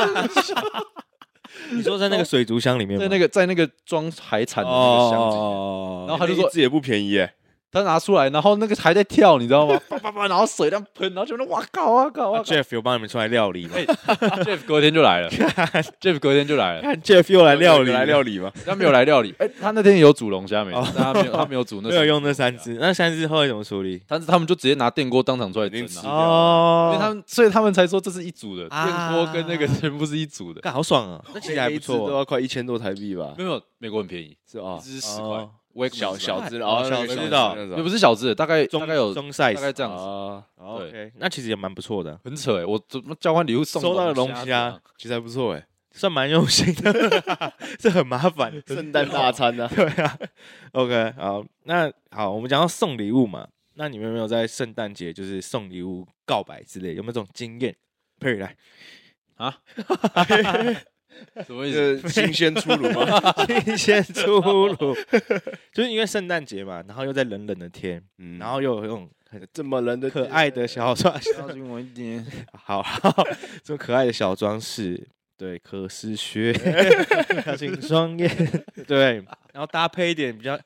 [SPEAKER 1] 你说在那个水族箱里面吗，
[SPEAKER 2] 在那
[SPEAKER 1] 个
[SPEAKER 2] 个在那个装海产的那个箱子里面。
[SPEAKER 1] 哦，
[SPEAKER 2] 然后他就
[SPEAKER 3] 那一
[SPEAKER 2] 说
[SPEAKER 3] 只也不便宜耶，
[SPEAKER 2] 他拿出来，然后那个还在跳，你知道 吗？叭叭叭，然后水这样喷，然后就那哇靠哇靠哇靠
[SPEAKER 1] Jeff 有帮你们出来料理吗？
[SPEAKER 2] ！Jeff 隔天就 来了，Jeff 隔天就来了，
[SPEAKER 1] 看 Jeff 又来料理，
[SPEAKER 3] 来料理吗？
[SPEAKER 2] 他没有来料理，哎、他那天也有煮龙虾没？
[SPEAKER 1] 哦
[SPEAKER 2] 但他没有，他没 有 煮那，
[SPEAKER 1] 没有用那三，只，那三只后来怎么处理？
[SPEAKER 2] 但是他们就直接拿电锅当场出来蒸
[SPEAKER 3] 已经
[SPEAKER 2] 啊
[SPEAKER 3] 吃。
[SPEAKER 2] 因
[SPEAKER 1] 哦
[SPEAKER 2] 为他们，所以他们才说这是一组的，
[SPEAKER 1] 啊
[SPEAKER 2] 电锅跟那个全部是一组的。
[SPEAKER 1] 干好爽啊，那其实还
[SPEAKER 3] 哎每
[SPEAKER 1] 不
[SPEAKER 3] 一只都
[SPEAKER 1] 错，
[SPEAKER 3] 要快一千多台币吧
[SPEAKER 2] 没，有，没有美国很便宜，
[SPEAKER 3] 是
[SPEAKER 2] 一
[SPEAKER 3] 啊，
[SPEAKER 2] 只十块
[SPEAKER 1] 哦，
[SPEAKER 2] Wakeman
[SPEAKER 3] 小
[SPEAKER 2] 10
[SPEAKER 3] 小
[SPEAKER 2] 块
[SPEAKER 3] 只
[SPEAKER 1] 哦
[SPEAKER 3] 哦，
[SPEAKER 1] 小
[SPEAKER 3] 那个
[SPEAKER 1] 只
[SPEAKER 3] 小
[SPEAKER 1] 的
[SPEAKER 3] 那
[SPEAKER 2] 也
[SPEAKER 3] 种
[SPEAKER 2] 不是小只的，大概
[SPEAKER 1] 中
[SPEAKER 2] 大概有
[SPEAKER 1] 中
[SPEAKER 2] 大概
[SPEAKER 1] size，
[SPEAKER 2] 这样子，
[SPEAKER 3] 啊，
[SPEAKER 1] 哦
[SPEAKER 2] 对
[SPEAKER 1] OK，那其实也蛮不错的，
[SPEAKER 2] 很扯哎！我怎么交换礼物送啊
[SPEAKER 1] 收到的龙
[SPEAKER 2] 虾这
[SPEAKER 1] 虾
[SPEAKER 2] 样？
[SPEAKER 3] 其实还不错哎，
[SPEAKER 1] 算蛮用心的， 这很麻烦，
[SPEAKER 3] 圣诞 大餐呢，
[SPEAKER 1] 对啊，OK，好，那好，我们讲到送礼物嘛，那你们有没有在圣诞节就是送礼物告白之类，有没有这种经验？佩瑞来，
[SPEAKER 2] 什么意思？
[SPEAKER 3] 这新鲜出炉吗？
[SPEAKER 1] 新鲜出炉， 就是因为圣诞节嘛，然后又在冷冷的天，
[SPEAKER 3] 嗯
[SPEAKER 1] 然后又有那种很
[SPEAKER 3] 这么冷的
[SPEAKER 1] 可爱的小装，
[SPEAKER 2] 要给我一点，
[SPEAKER 1] 好， 好这种可爱的小装饰，对，可是 靴，小型双眼，对， 然后搭配一点比较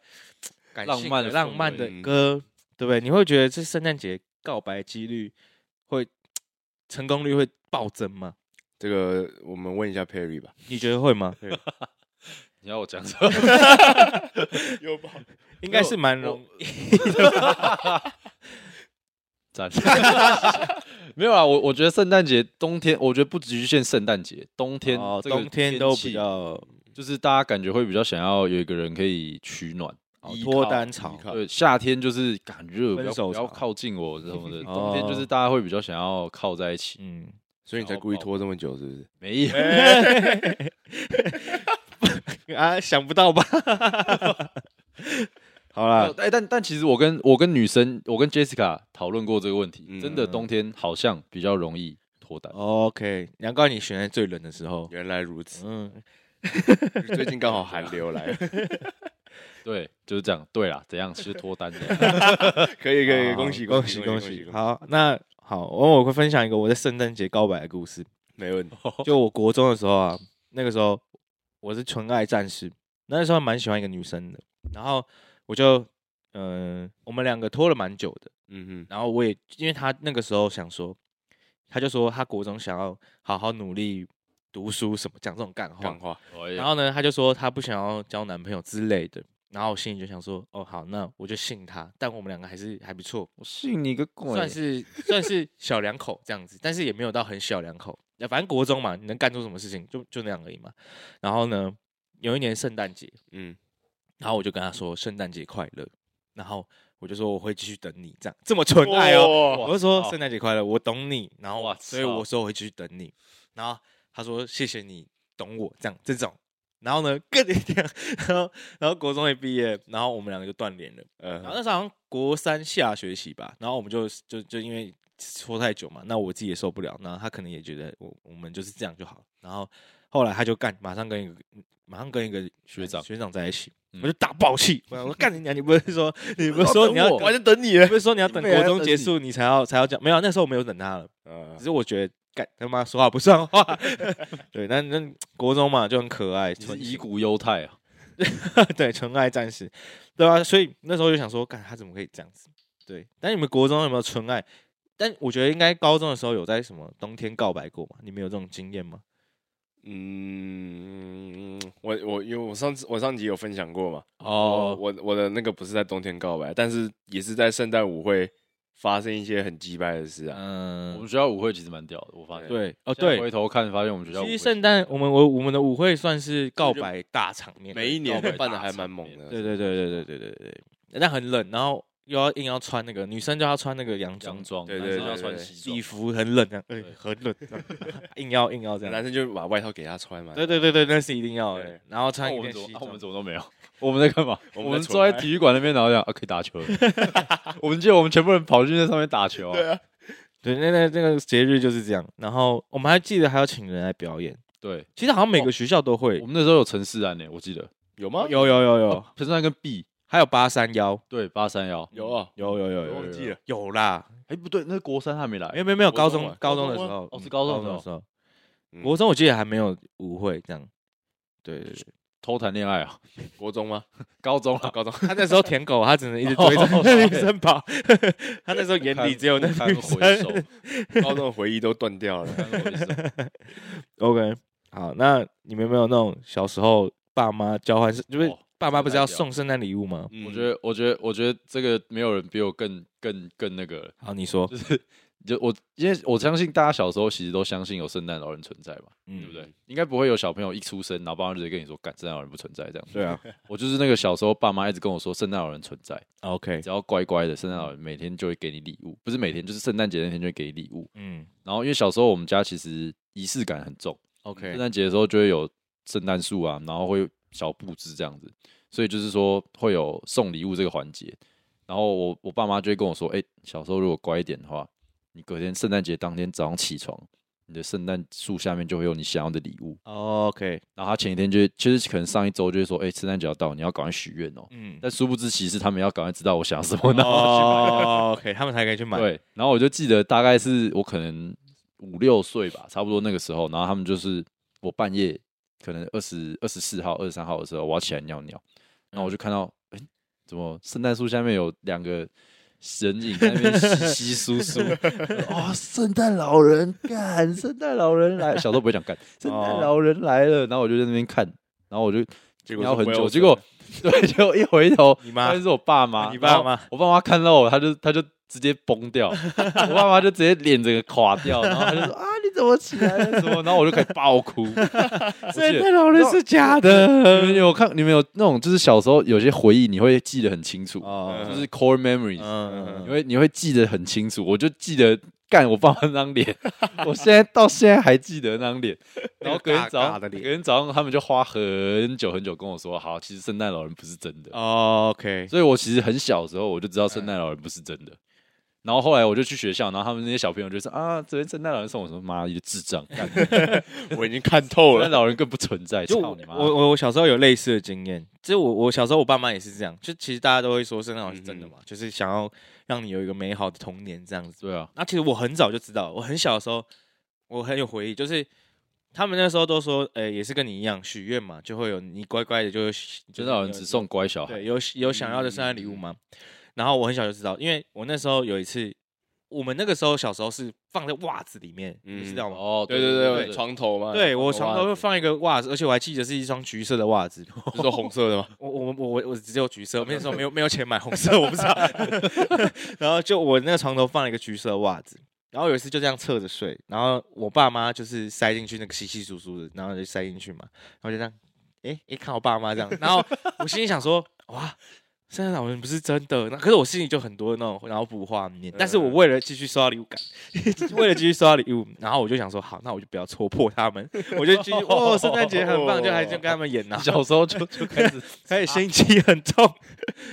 [SPEAKER 1] 感
[SPEAKER 2] 浪
[SPEAKER 1] 性
[SPEAKER 2] 漫的氛
[SPEAKER 1] 浪漫的
[SPEAKER 3] 围
[SPEAKER 1] 歌，对不对？你会觉得这圣诞节告白几率会成功率会暴增吗？
[SPEAKER 3] 这个我们问一下 Perry 吧，
[SPEAKER 1] 你觉得会吗？
[SPEAKER 2] 你要我讲什么？
[SPEAKER 3] 有吧？
[SPEAKER 1] 应该是蛮容易
[SPEAKER 2] 赞。没有啊，我我觉得圣诞节冬天，我觉得不局限圣诞节，冬天、
[SPEAKER 1] 哦，
[SPEAKER 2] 这个
[SPEAKER 1] 冬天都
[SPEAKER 2] 气
[SPEAKER 1] 比较
[SPEAKER 2] 就是大家感觉会比较想要有一个人可以取暖。
[SPEAKER 1] 哦
[SPEAKER 3] 依
[SPEAKER 1] 脱
[SPEAKER 3] 靠
[SPEAKER 1] 单
[SPEAKER 3] 依
[SPEAKER 1] 潮
[SPEAKER 3] 靠
[SPEAKER 2] 对，夏天就是感热，不
[SPEAKER 1] 分
[SPEAKER 2] 要
[SPEAKER 1] 手
[SPEAKER 2] 不要
[SPEAKER 1] 潮
[SPEAKER 2] 靠近我什 么的。
[SPEAKER 1] 哦
[SPEAKER 2] 冬天就是大家会比较想要靠在一起。
[SPEAKER 1] 嗯，
[SPEAKER 3] 所以你才故意拖这么久，是不是？
[SPEAKER 2] 没
[SPEAKER 1] 哎
[SPEAKER 2] 有，
[SPEAKER 1] 啊，想不到吧？ 好啦，
[SPEAKER 2] 哎，但但其实我跟我跟女生，我跟 Jessica 讨论过这个问题，
[SPEAKER 3] 嗯
[SPEAKER 2] 真的冬天好像比较容易脱单。
[SPEAKER 1] OK，难怪你选在最冷的时候。
[SPEAKER 3] 原来如 此，
[SPEAKER 1] 嗯，
[SPEAKER 3] 最近刚好寒流来了，
[SPEAKER 2] 对，就是这样。对啦，怎样？其实脱单的。
[SPEAKER 3] 可以可以，
[SPEAKER 1] 好
[SPEAKER 3] 恭喜
[SPEAKER 1] 恭
[SPEAKER 3] 喜
[SPEAKER 1] 恭
[SPEAKER 3] 恭
[SPEAKER 1] 喜！
[SPEAKER 3] 好，
[SPEAKER 1] 好，那好，我我会分享一个我在圣诞节告白的故事。
[SPEAKER 3] 没问题。
[SPEAKER 1] 就我国中的时候啊，那个时候我是纯爱战士，那时候蛮喜欢一个女生的，然后我就嗯、呃我们两个拖了蛮久的，
[SPEAKER 3] 嗯
[SPEAKER 1] 然后我也因为她那个时候想说，她就说她国中想要好好努力读书什么，讲这种干话
[SPEAKER 3] 哼，干，话，
[SPEAKER 2] 然
[SPEAKER 1] 然后呢，她就说她不想要交男朋友之类的。然后我心里就想说，哦，好，那我就信她，但我们两个还是还不错，
[SPEAKER 2] 我信你个鬼！
[SPEAKER 1] 算是算是小两口这样子，但是也没有到很小两口。那反正国中嘛，你能干出什么事情就就那样而已嘛。然后呢，有一年圣诞节，
[SPEAKER 3] 嗯，
[SPEAKER 1] 然后我就跟他说圣诞节快乐，然后我就说我会继续等你，这样这么纯爱哦。
[SPEAKER 3] 哇
[SPEAKER 1] 我就说
[SPEAKER 2] 哇
[SPEAKER 1] 圣诞节快乐，我懂你，然后
[SPEAKER 2] 哇
[SPEAKER 1] 我所以
[SPEAKER 2] 操
[SPEAKER 1] 我说我会继续等你，然后他说谢谢你懂我这样这种，然后呢更一点， 然后然后国中也毕业，然后我们两个就断联了。然后
[SPEAKER 3] 呃，
[SPEAKER 1] 那时候好像国三下学期吧，然后我们就就就因为拖太久嘛，那我自己也受不了，然后他可能也觉得我我们就是这样就好。然后后来他就干，马上跟一个马上跟一个
[SPEAKER 2] 学长
[SPEAKER 1] 学长在一起，
[SPEAKER 2] 嗯
[SPEAKER 1] 我就大爆气，我想说干你娘！你不是 说你不是说你要
[SPEAKER 2] 等我
[SPEAKER 1] 哦等，
[SPEAKER 3] 就等你了
[SPEAKER 1] 你。不是说你要等
[SPEAKER 2] 你妹还
[SPEAKER 1] 国
[SPEAKER 2] 要
[SPEAKER 1] 中
[SPEAKER 2] 等
[SPEAKER 1] 结束你才要才要讲？没有，那时候我没有等他了，
[SPEAKER 3] 呃
[SPEAKER 1] 只，是我觉得干他妈说话不算 话。对，那那国中嘛就很可爱，
[SPEAKER 2] 你是
[SPEAKER 1] 纯情
[SPEAKER 2] 以古犹太啊！
[SPEAKER 1] 对，纯爱战士，对啊，所以那时候就想说，干他怎么可以这样子？对，但你们国中有没有纯爱？但我觉得应该高中的时候有在什么冬天告白过嘛？你们有这种经验吗？
[SPEAKER 3] 嗯，我我因为我上次我上集有分享过嘛，
[SPEAKER 2] 哦
[SPEAKER 3] 我我的那个不是在冬天告白，但是也是在圣诞舞会发生一些很鸡掰的事啊。
[SPEAKER 2] 我
[SPEAKER 1] 嗯
[SPEAKER 2] 们，学校舞会其实蛮屌的，我发现。
[SPEAKER 1] 对，哦
[SPEAKER 2] 现在
[SPEAKER 1] 对，
[SPEAKER 2] 回头看发现我们学校舞
[SPEAKER 1] 其
[SPEAKER 2] 会
[SPEAKER 1] 实圣诞我们我我们的舞会算是告
[SPEAKER 3] 就
[SPEAKER 1] 白大场面，
[SPEAKER 3] 每一年
[SPEAKER 2] 告白
[SPEAKER 3] 办的
[SPEAKER 2] 大
[SPEAKER 3] 还
[SPEAKER 2] 场
[SPEAKER 3] 蛮猛
[SPEAKER 2] 面
[SPEAKER 3] 的，
[SPEAKER 1] 对对对对对对对对，但很冷，然后又要硬要穿那个女生就要穿那个洋装
[SPEAKER 2] 洋装，
[SPEAKER 3] 对
[SPEAKER 2] 男
[SPEAKER 3] 对
[SPEAKER 2] 生要
[SPEAKER 3] 对
[SPEAKER 2] 穿
[SPEAKER 3] 对
[SPEAKER 2] 西装
[SPEAKER 1] 礼，服，很冷这样，对
[SPEAKER 2] 对，
[SPEAKER 1] 很冷这样，硬要硬要这
[SPEAKER 3] 男
[SPEAKER 1] 样。
[SPEAKER 3] 生就把外套给他穿嘛。
[SPEAKER 1] 对对对对，那是一定要的
[SPEAKER 3] 对。
[SPEAKER 1] 然后
[SPEAKER 2] 啊
[SPEAKER 1] 穿一
[SPEAKER 2] 我们
[SPEAKER 1] 件
[SPEAKER 2] 怎
[SPEAKER 1] 西
[SPEAKER 2] 么啊我
[SPEAKER 1] 装
[SPEAKER 2] 们，怎么都没有？ 我们在干嘛？
[SPEAKER 3] 我
[SPEAKER 2] 我
[SPEAKER 3] 们在
[SPEAKER 2] 们
[SPEAKER 3] 纯
[SPEAKER 2] 坐在
[SPEAKER 3] 爱
[SPEAKER 2] 体育馆那边，然后讲啊可以打 球。我们记得我们全部人跑去那上面打球啊。
[SPEAKER 3] 啊，
[SPEAKER 1] 对，那那那个节日就是这样。然后我们还记得还要请人来表演，
[SPEAKER 2] 对，
[SPEAKER 1] 其实好像每个学校都会
[SPEAKER 2] 我们那时候有陈世安呢，我记得
[SPEAKER 3] 有吗？
[SPEAKER 1] 有有有有，
[SPEAKER 2] 哦陈世安跟 B
[SPEAKER 1] 还有八三幺，
[SPEAKER 2] 对八三幺，
[SPEAKER 3] 有啊，
[SPEAKER 1] 有有有
[SPEAKER 3] 我
[SPEAKER 1] 有
[SPEAKER 3] 忘记了。
[SPEAKER 1] 有啦，
[SPEAKER 2] 哎不对，那是国三还没来哎
[SPEAKER 1] 没，啊有没有没有，高
[SPEAKER 3] 国中
[SPEAKER 1] 中
[SPEAKER 3] 吧
[SPEAKER 1] 高中
[SPEAKER 3] 高
[SPEAKER 1] 的时
[SPEAKER 3] 中吗
[SPEAKER 1] 候，
[SPEAKER 2] 哦
[SPEAKER 1] 嗯
[SPEAKER 2] 是高中的
[SPEAKER 1] 的
[SPEAKER 2] 时
[SPEAKER 1] 时候，
[SPEAKER 3] 嗯
[SPEAKER 1] 国中我记得还没有舞会这样。对对对，
[SPEAKER 2] 偷谈恋爱啊，
[SPEAKER 3] 国中吗？
[SPEAKER 2] 高中啊，
[SPEAKER 3] 啊 高中
[SPEAKER 1] 他那时 候舔狗，他只能一直追着那女生跑，哦 他 那时候眼里只有那
[SPEAKER 2] 堪
[SPEAKER 1] 女
[SPEAKER 2] 回首
[SPEAKER 1] 生。，
[SPEAKER 3] 高中的回忆都断掉了。
[SPEAKER 2] 堪回首
[SPEAKER 1] OK，好，那你们有没有那种小时候爸妈交换是，就是
[SPEAKER 2] 哦
[SPEAKER 1] 爸妈不是
[SPEAKER 2] 这个
[SPEAKER 1] 要
[SPEAKER 2] 太屌
[SPEAKER 1] 送圣诞礼物吗？
[SPEAKER 3] 嗯
[SPEAKER 2] 我觉得，我觉得，我觉得这个没有人比我更更更那个了。
[SPEAKER 1] 好，你说，
[SPEAKER 2] 就我，因为我相信大家小时候其实都相信有圣诞老人存在嘛，
[SPEAKER 1] 嗯
[SPEAKER 2] 对不对？应该不会有小朋友一出生，然后爸妈就直接跟你说，干圣诞老人不存在这样。
[SPEAKER 1] 对啊
[SPEAKER 2] 我就是那个小时候爸妈一直跟我说，圣诞老人存在，
[SPEAKER 1] ，OK，
[SPEAKER 2] 只要乖乖的，圣诞老人每天就会给你礼物，不是每天，就是圣诞节那天就会给你礼物。
[SPEAKER 1] 嗯
[SPEAKER 2] 然后因为小时候我们家其实仪式感很重，圣
[SPEAKER 1] ，OK，
[SPEAKER 2] 诞节的时候就会有圣诞树啊，然后会有小布置这样子，所以就是说会有送礼物这个环节。然后我我爸妈就会跟我说，哎、小时候如果乖一点的话，你隔天圣诞节当天早上起床，你的圣诞树下面就会有你想要的礼物。
[SPEAKER 1] ，OK，
[SPEAKER 2] 然后他前一天就会其实可能上一周就会说，哎、圣诞节要到，你要赶快许愿哦。
[SPEAKER 1] 嗯，
[SPEAKER 2] 但殊不知，其实他们要赶快知道我想要什么，然后
[SPEAKER 1] 哦，OK，他们才可以去买，
[SPEAKER 2] 对，然后我就记得大概是我可能五六岁吧，差不多那个时候，然后他们就是我半夜可能二十二十四号、二十三号的时候，我要起来尿
[SPEAKER 1] 嗯
[SPEAKER 2] 尿，然后我就看到，哎、怎么圣诞树下面有两个人影在那边稀稀 疏疏？哦，圣诞老人干，圣诞老人来，小时候不会讲干，圣
[SPEAKER 1] 哦
[SPEAKER 2] 诞老人来了，然后我就在那边看，然后我就
[SPEAKER 3] 结果
[SPEAKER 2] 尿
[SPEAKER 3] 是
[SPEAKER 2] 很
[SPEAKER 3] 不会
[SPEAKER 2] 久，
[SPEAKER 3] 有
[SPEAKER 2] 结果 对，结果一回头，
[SPEAKER 1] 你妈
[SPEAKER 2] 发现是我爸妈，
[SPEAKER 1] 你爸
[SPEAKER 2] 然后
[SPEAKER 1] 妈
[SPEAKER 2] 我爸妈看到我，他就他就直接崩掉，我爸妈就直接脸整个垮掉，然后他就说啊你怎么起来了什么，然后我就开始爆哭。我记
[SPEAKER 1] 圣
[SPEAKER 2] 得
[SPEAKER 1] 诞老人是假
[SPEAKER 2] 你们
[SPEAKER 1] 的，
[SPEAKER 2] 有看？你们有那种就是小时候有些回忆，你会记得很清楚，
[SPEAKER 1] 哦
[SPEAKER 2] 就是 core memories，
[SPEAKER 1] 嗯
[SPEAKER 2] 你会你会记得很清楚。我就记得干我爸妈那张脸，我现在到现在还记得那张脸。然后隔天早
[SPEAKER 1] 那个大大
[SPEAKER 2] 上，
[SPEAKER 1] 的
[SPEAKER 2] 隔
[SPEAKER 1] 脸
[SPEAKER 2] 天早上他们就花很久很久跟我说，好，其实圣诞老人不是真的。
[SPEAKER 1] 哦，OK，
[SPEAKER 2] 所以我其实很小的时候我就
[SPEAKER 1] 嗯
[SPEAKER 2] 知道圣诞老人不是真的。然后后来我就去学校，然后他们那些小朋友就说啊，这边圣诞老人送我什么？妈，一个智障！ 干圣
[SPEAKER 3] 我已经看透
[SPEAKER 2] 诞
[SPEAKER 3] 了。
[SPEAKER 2] 老人更不存在，
[SPEAKER 1] 就
[SPEAKER 2] 操
[SPEAKER 1] 我
[SPEAKER 2] 你妈！
[SPEAKER 1] 我我小时候有类似的经验，就我我小时候我爸妈也是这样，就其实大家都会说圣诞老人是真
[SPEAKER 2] 嗯
[SPEAKER 1] 的嘛，就是想要让你有一个美好的童年这样子。
[SPEAKER 2] 对啊，
[SPEAKER 1] 那其实我很早就知道，我很小的时候我很有回忆，就是他们那时候都说，呃、也是跟你一样许愿嘛，就会有你乖乖的就会许
[SPEAKER 2] 圣诞老人只送乖小孩，
[SPEAKER 1] 对有有想要的圣诞礼物吗？然后我很小就知道，因为我那时候有一次，我们那个时候小时候是放在袜子里面，你知
[SPEAKER 3] 嗯
[SPEAKER 1] 道吗？
[SPEAKER 2] 哦，
[SPEAKER 3] 对
[SPEAKER 2] 对
[SPEAKER 3] 对对，
[SPEAKER 2] 对，
[SPEAKER 3] 床头嘛，
[SPEAKER 1] 对我床头
[SPEAKER 3] 袜
[SPEAKER 1] 会
[SPEAKER 3] 子
[SPEAKER 1] 放一个袜子，而且我还记得是一双橘色的袜子。
[SPEAKER 3] 是说红色的吗？
[SPEAKER 1] 我我我我我只有橘色，我那时候没有没有钱买红色，我不知道。 然后就我那个床头放了一个橘色的袜子，然后有一次就这样侧着睡，然后我爸妈就是塞进去那个稀稀疏疏的，然后就塞进去嘛，然后就这样，诶，一看我爸妈这样，然后我心里想说，哇。圣诞老人不是真的，那可是我心里就很多那种脑补画面，但是我为了继续收到礼物感， 为了继续收到礼物，然后我就想说，好，那我就不要戳破他们，我就继续哦，圣诞节很棒，就还就跟他们演呐、啊
[SPEAKER 2] 小时候就就开始
[SPEAKER 1] 所以心机很 重。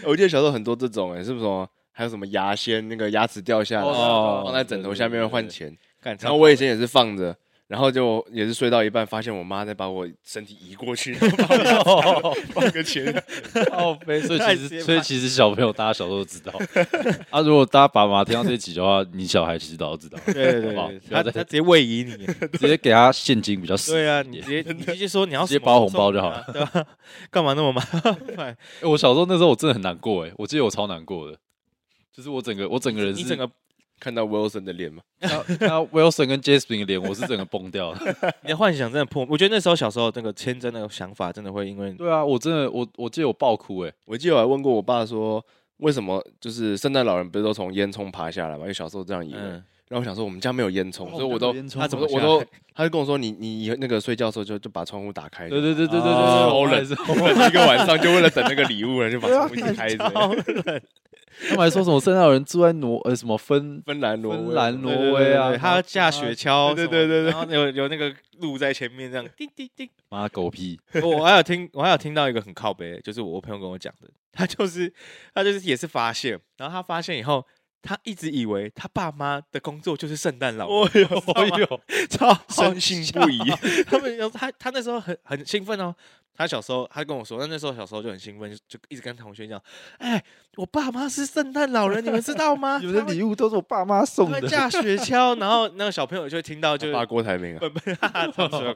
[SPEAKER 3] 我记得小时候很多这种，哎，是不是什么？还有什么牙仙，那个牙齿掉下来，
[SPEAKER 2] 哦
[SPEAKER 3] 放在枕头下面会换钱。
[SPEAKER 1] 干
[SPEAKER 3] 然后我以前也是放着，然后就也是睡到一半，发现我妈在把我身体移过去，然后 把我放个钱。
[SPEAKER 2] 哦， 飞， 所以
[SPEAKER 1] 太
[SPEAKER 2] 其
[SPEAKER 1] 邪
[SPEAKER 2] 实
[SPEAKER 1] 门
[SPEAKER 2] 所以其实小朋友大家小时候都知道 啊。如果大家爸妈听到这一集的话，你小孩其实早就 知道，
[SPEAKER 1] 对对对
[SPEAKER 2] 好不好
[SPEAKER 1] 对，
[SPEAKER 2] 不
[SPEAKER 1] 他
[SPEAKER 2] 要再
[SPEAKER 1] 他直接位移你，
[SPEAKER 2] 直接给他现金比较实
[SPEAKER 1] 对啊，
[SPEAKER 2] 在一
[SPEAKER 1] 你
[SPEAKER 2] 点。
[SPEAKER 1] 直接你直接说你要
[SPEAKER 2] 直接
[SPEAKER 1] 什么
[SPEAKER 2] 包红包就好
[SPEAKER 1] 我送你啊，对吧？干嘛那么麻烦？
[SPEAKER 2] 欸我小时候那时候我真的很难过哎、我记得我超难过的，就是我整个我整个人
[SPEAKER 1] 你
[SPEAKER 2] 是
[SPEAKER 1] 整个
[SPEAKER 3] 看到 Wilson 的脸吗？
[SPEAKER 2] 那 Wilson 跟 Jasmine 的脸，我是整个崩掉 了。
[SPEAKER 1] 你的幻想真的破，我觉得那时候小时候那个天真的想法，真的会因为
[SPEAKER 2] 对啊，我真的，我我记得我爆哭哎、
[SPEAKER 3] 我记得我还问过我爸说，为什么就是圣诞老人不是都从烟囱爬下来嘛？因为小时候这样以为。
[SPEAKER 1] 嗯，
[SPEAKER 3] 然后我想说我们家没有烟囱，
[SPEAKER 2] 哦
[SPEAKER 3] 所以我都
[SPEAKER 2] 没有烟囱
[SPEAKER 3] 他怎么
[SPEAKER 1] 怎么
[SPEAKER 3] 我
[SPEAKER 1] 下来
[SPEAKER 3] 都他就跟我说你你以后那个睡觉的时候就就把窗户打开，
[SPEAKER 2] 对对对对对对，
[SPEAKER 1] 哦
[SPEAKER 2] 我也是
[SPEAKER 3] 一个晚上就为了等那个礼物了，就把窗户一直开 着。
[SPEAKER 2] 他们还说什么圣诞老人住在挪呃什么分
[SPEAKER 3] 芬兰、挪威、
[SPEAKER 2] 芬兰挪
[SPEAKER 1] 对
[SPEAKER 2] 威
[SPEAKER 1] 对对
[SPEAKER 2] 啊
[SPEAKER 1] 对他要架雪橇什么，
[SPEAKER 3] 对对对对对
[SPEAKER 1] 然后有有那个路在前面这样叮叮叮。
[SPEAKER 2] 妈狗屁，
[SPEAKER 1] 我还有听，我还有听到一个很靠北，就是我朋友跟我讲的，他就是他就是也是发现，然后他发现以后，他一直以为他爸妈的工作就是圣诞老人，
[SPEAKER 3] 哦哟，
[SPEAKER 1] 我有超好
[SPEAKER 3] 深信
[SPEAKER 1] 笑
[SPEAKER 3] 不疑。
[SPEAKER 1] 他们有他他那时候很很兴奋哦，他小时候他跟我说，他那时候小时候就很兴奋，就一直跟同学讲，哎，我爸妈是圣诞老人，你们知道 吗？
[SPEAKER 2] 你们的礼物都是我爸妈送
[SPEAKER 1] 他们
[SPEAKER 2] 的，
[SPEAKER 1] 驾雪橇，然后那个小朋友就会 听到就
[SPEAKER 3] 爸郭台铭啊，
[SPEAKER 1] 本本 哈哈，超爽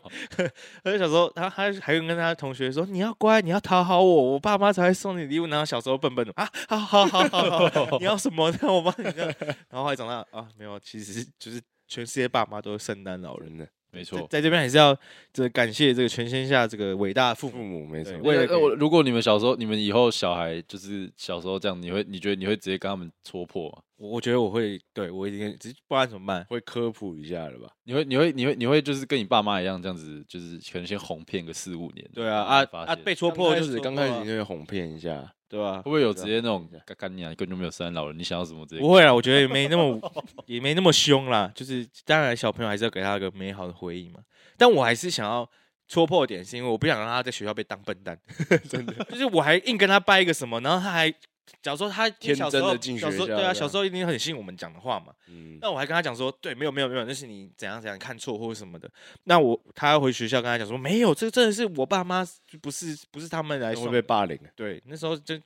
[SPEAKER 1] 而且小时候，他他还跟他同学说：“你要乖，你要讨好我，我爸妈才会送你礼物。”然后小时候笨笨的啊，好好好好好， 你要什么？那我帮你这样。然后后来长大啊，没有，其实就是全世界爸妈都是圣诞老人。
[SPEAKER 3] 真的
[SPEAKER 2] 没
[SPEAKER 1] 在
[SPEAKER 2] 错。
[SPEAKER 1] 在这边还是要这感谢这个全天下这个伟大的父
[SPEAKER 3] 父
[SPEAKER 1] 母。
[SPEAKER 3] 母没错
[SPEAKER 1] 对。
[SPEAKER 2] 为
[SPEAKER 1] 为了
[SPEAKER 2] 了我，如果你们小时候，你们以后小孩就是小时候这样，你会你觉得你会直接跟他们戳破吗？
[SPEAKER 1] 我我觉得我会对我一定，只不然怎么办？
[SPEAKER 3] 会科普一下了吧？
[SPEAKER 2] 你会你会你会你会就是跟你爸妈一样这样子，就是可能先哄骗个四五年。
[SPEAKER 1] 对啊啊
[SPEAKER 2] 发
[SPEAKER 1] 啊！
[SPEAKER 2] 现
[SPEAKER 1] 被戳破就是是
[SPEAKER 3] 刚开始
[SPEAKER 1] 戳
[SPEAKER 3] 就
[SPEAKER 1] 破啊
[SPEAKER 3] 会哄骗一下，
[SPEAKER 1] 对吧、
[SPEAKER 2] 会不会有直接那种干干你啊，根本就没有圣诞老人，你想要什么直接给
[SPEAKER 1] 不会啦，我啊觉得也没那么也没那么凶啦。就是当然，小朋友还是要给他一个美好的回忆嘛。但我还是想要戳破点，是因为我不想让他在学校被当笨蛋。 真的，就是我还硬跟他掰一个什么，然后他还假如说他
[SPEAKER 3] 天真
[SPEAKER 1] 小时候
[SPEAKER 3] 地进
[SPEAKER 1] 小时候
[SPEAKER 3] 学
[SPEAKER 1] 对
[SPEAKER 3] 校
[SPEAKER 1] 啊，
[SPEAKER 3] 这样
[SPEAKER 1] 小时候一定很信我们讲的话嘛。
[SPEAKER 3] 嗯，
[SPEAKER 1] 那我还跟他讲说，对，没有没有没有，那是你怎样怎样看错或者什么的。那我他回学校跟他讲说，没有，这真的是我爸妈，不是不是他们来
[SPEAKER 3] 会
[SPEAKER 1] 送
[SPEAKER 3] 被
[SPEAKER 1] 的
[SPEAKER 3] 霸凌啊。
[SPEAKER 1] 对，那时候就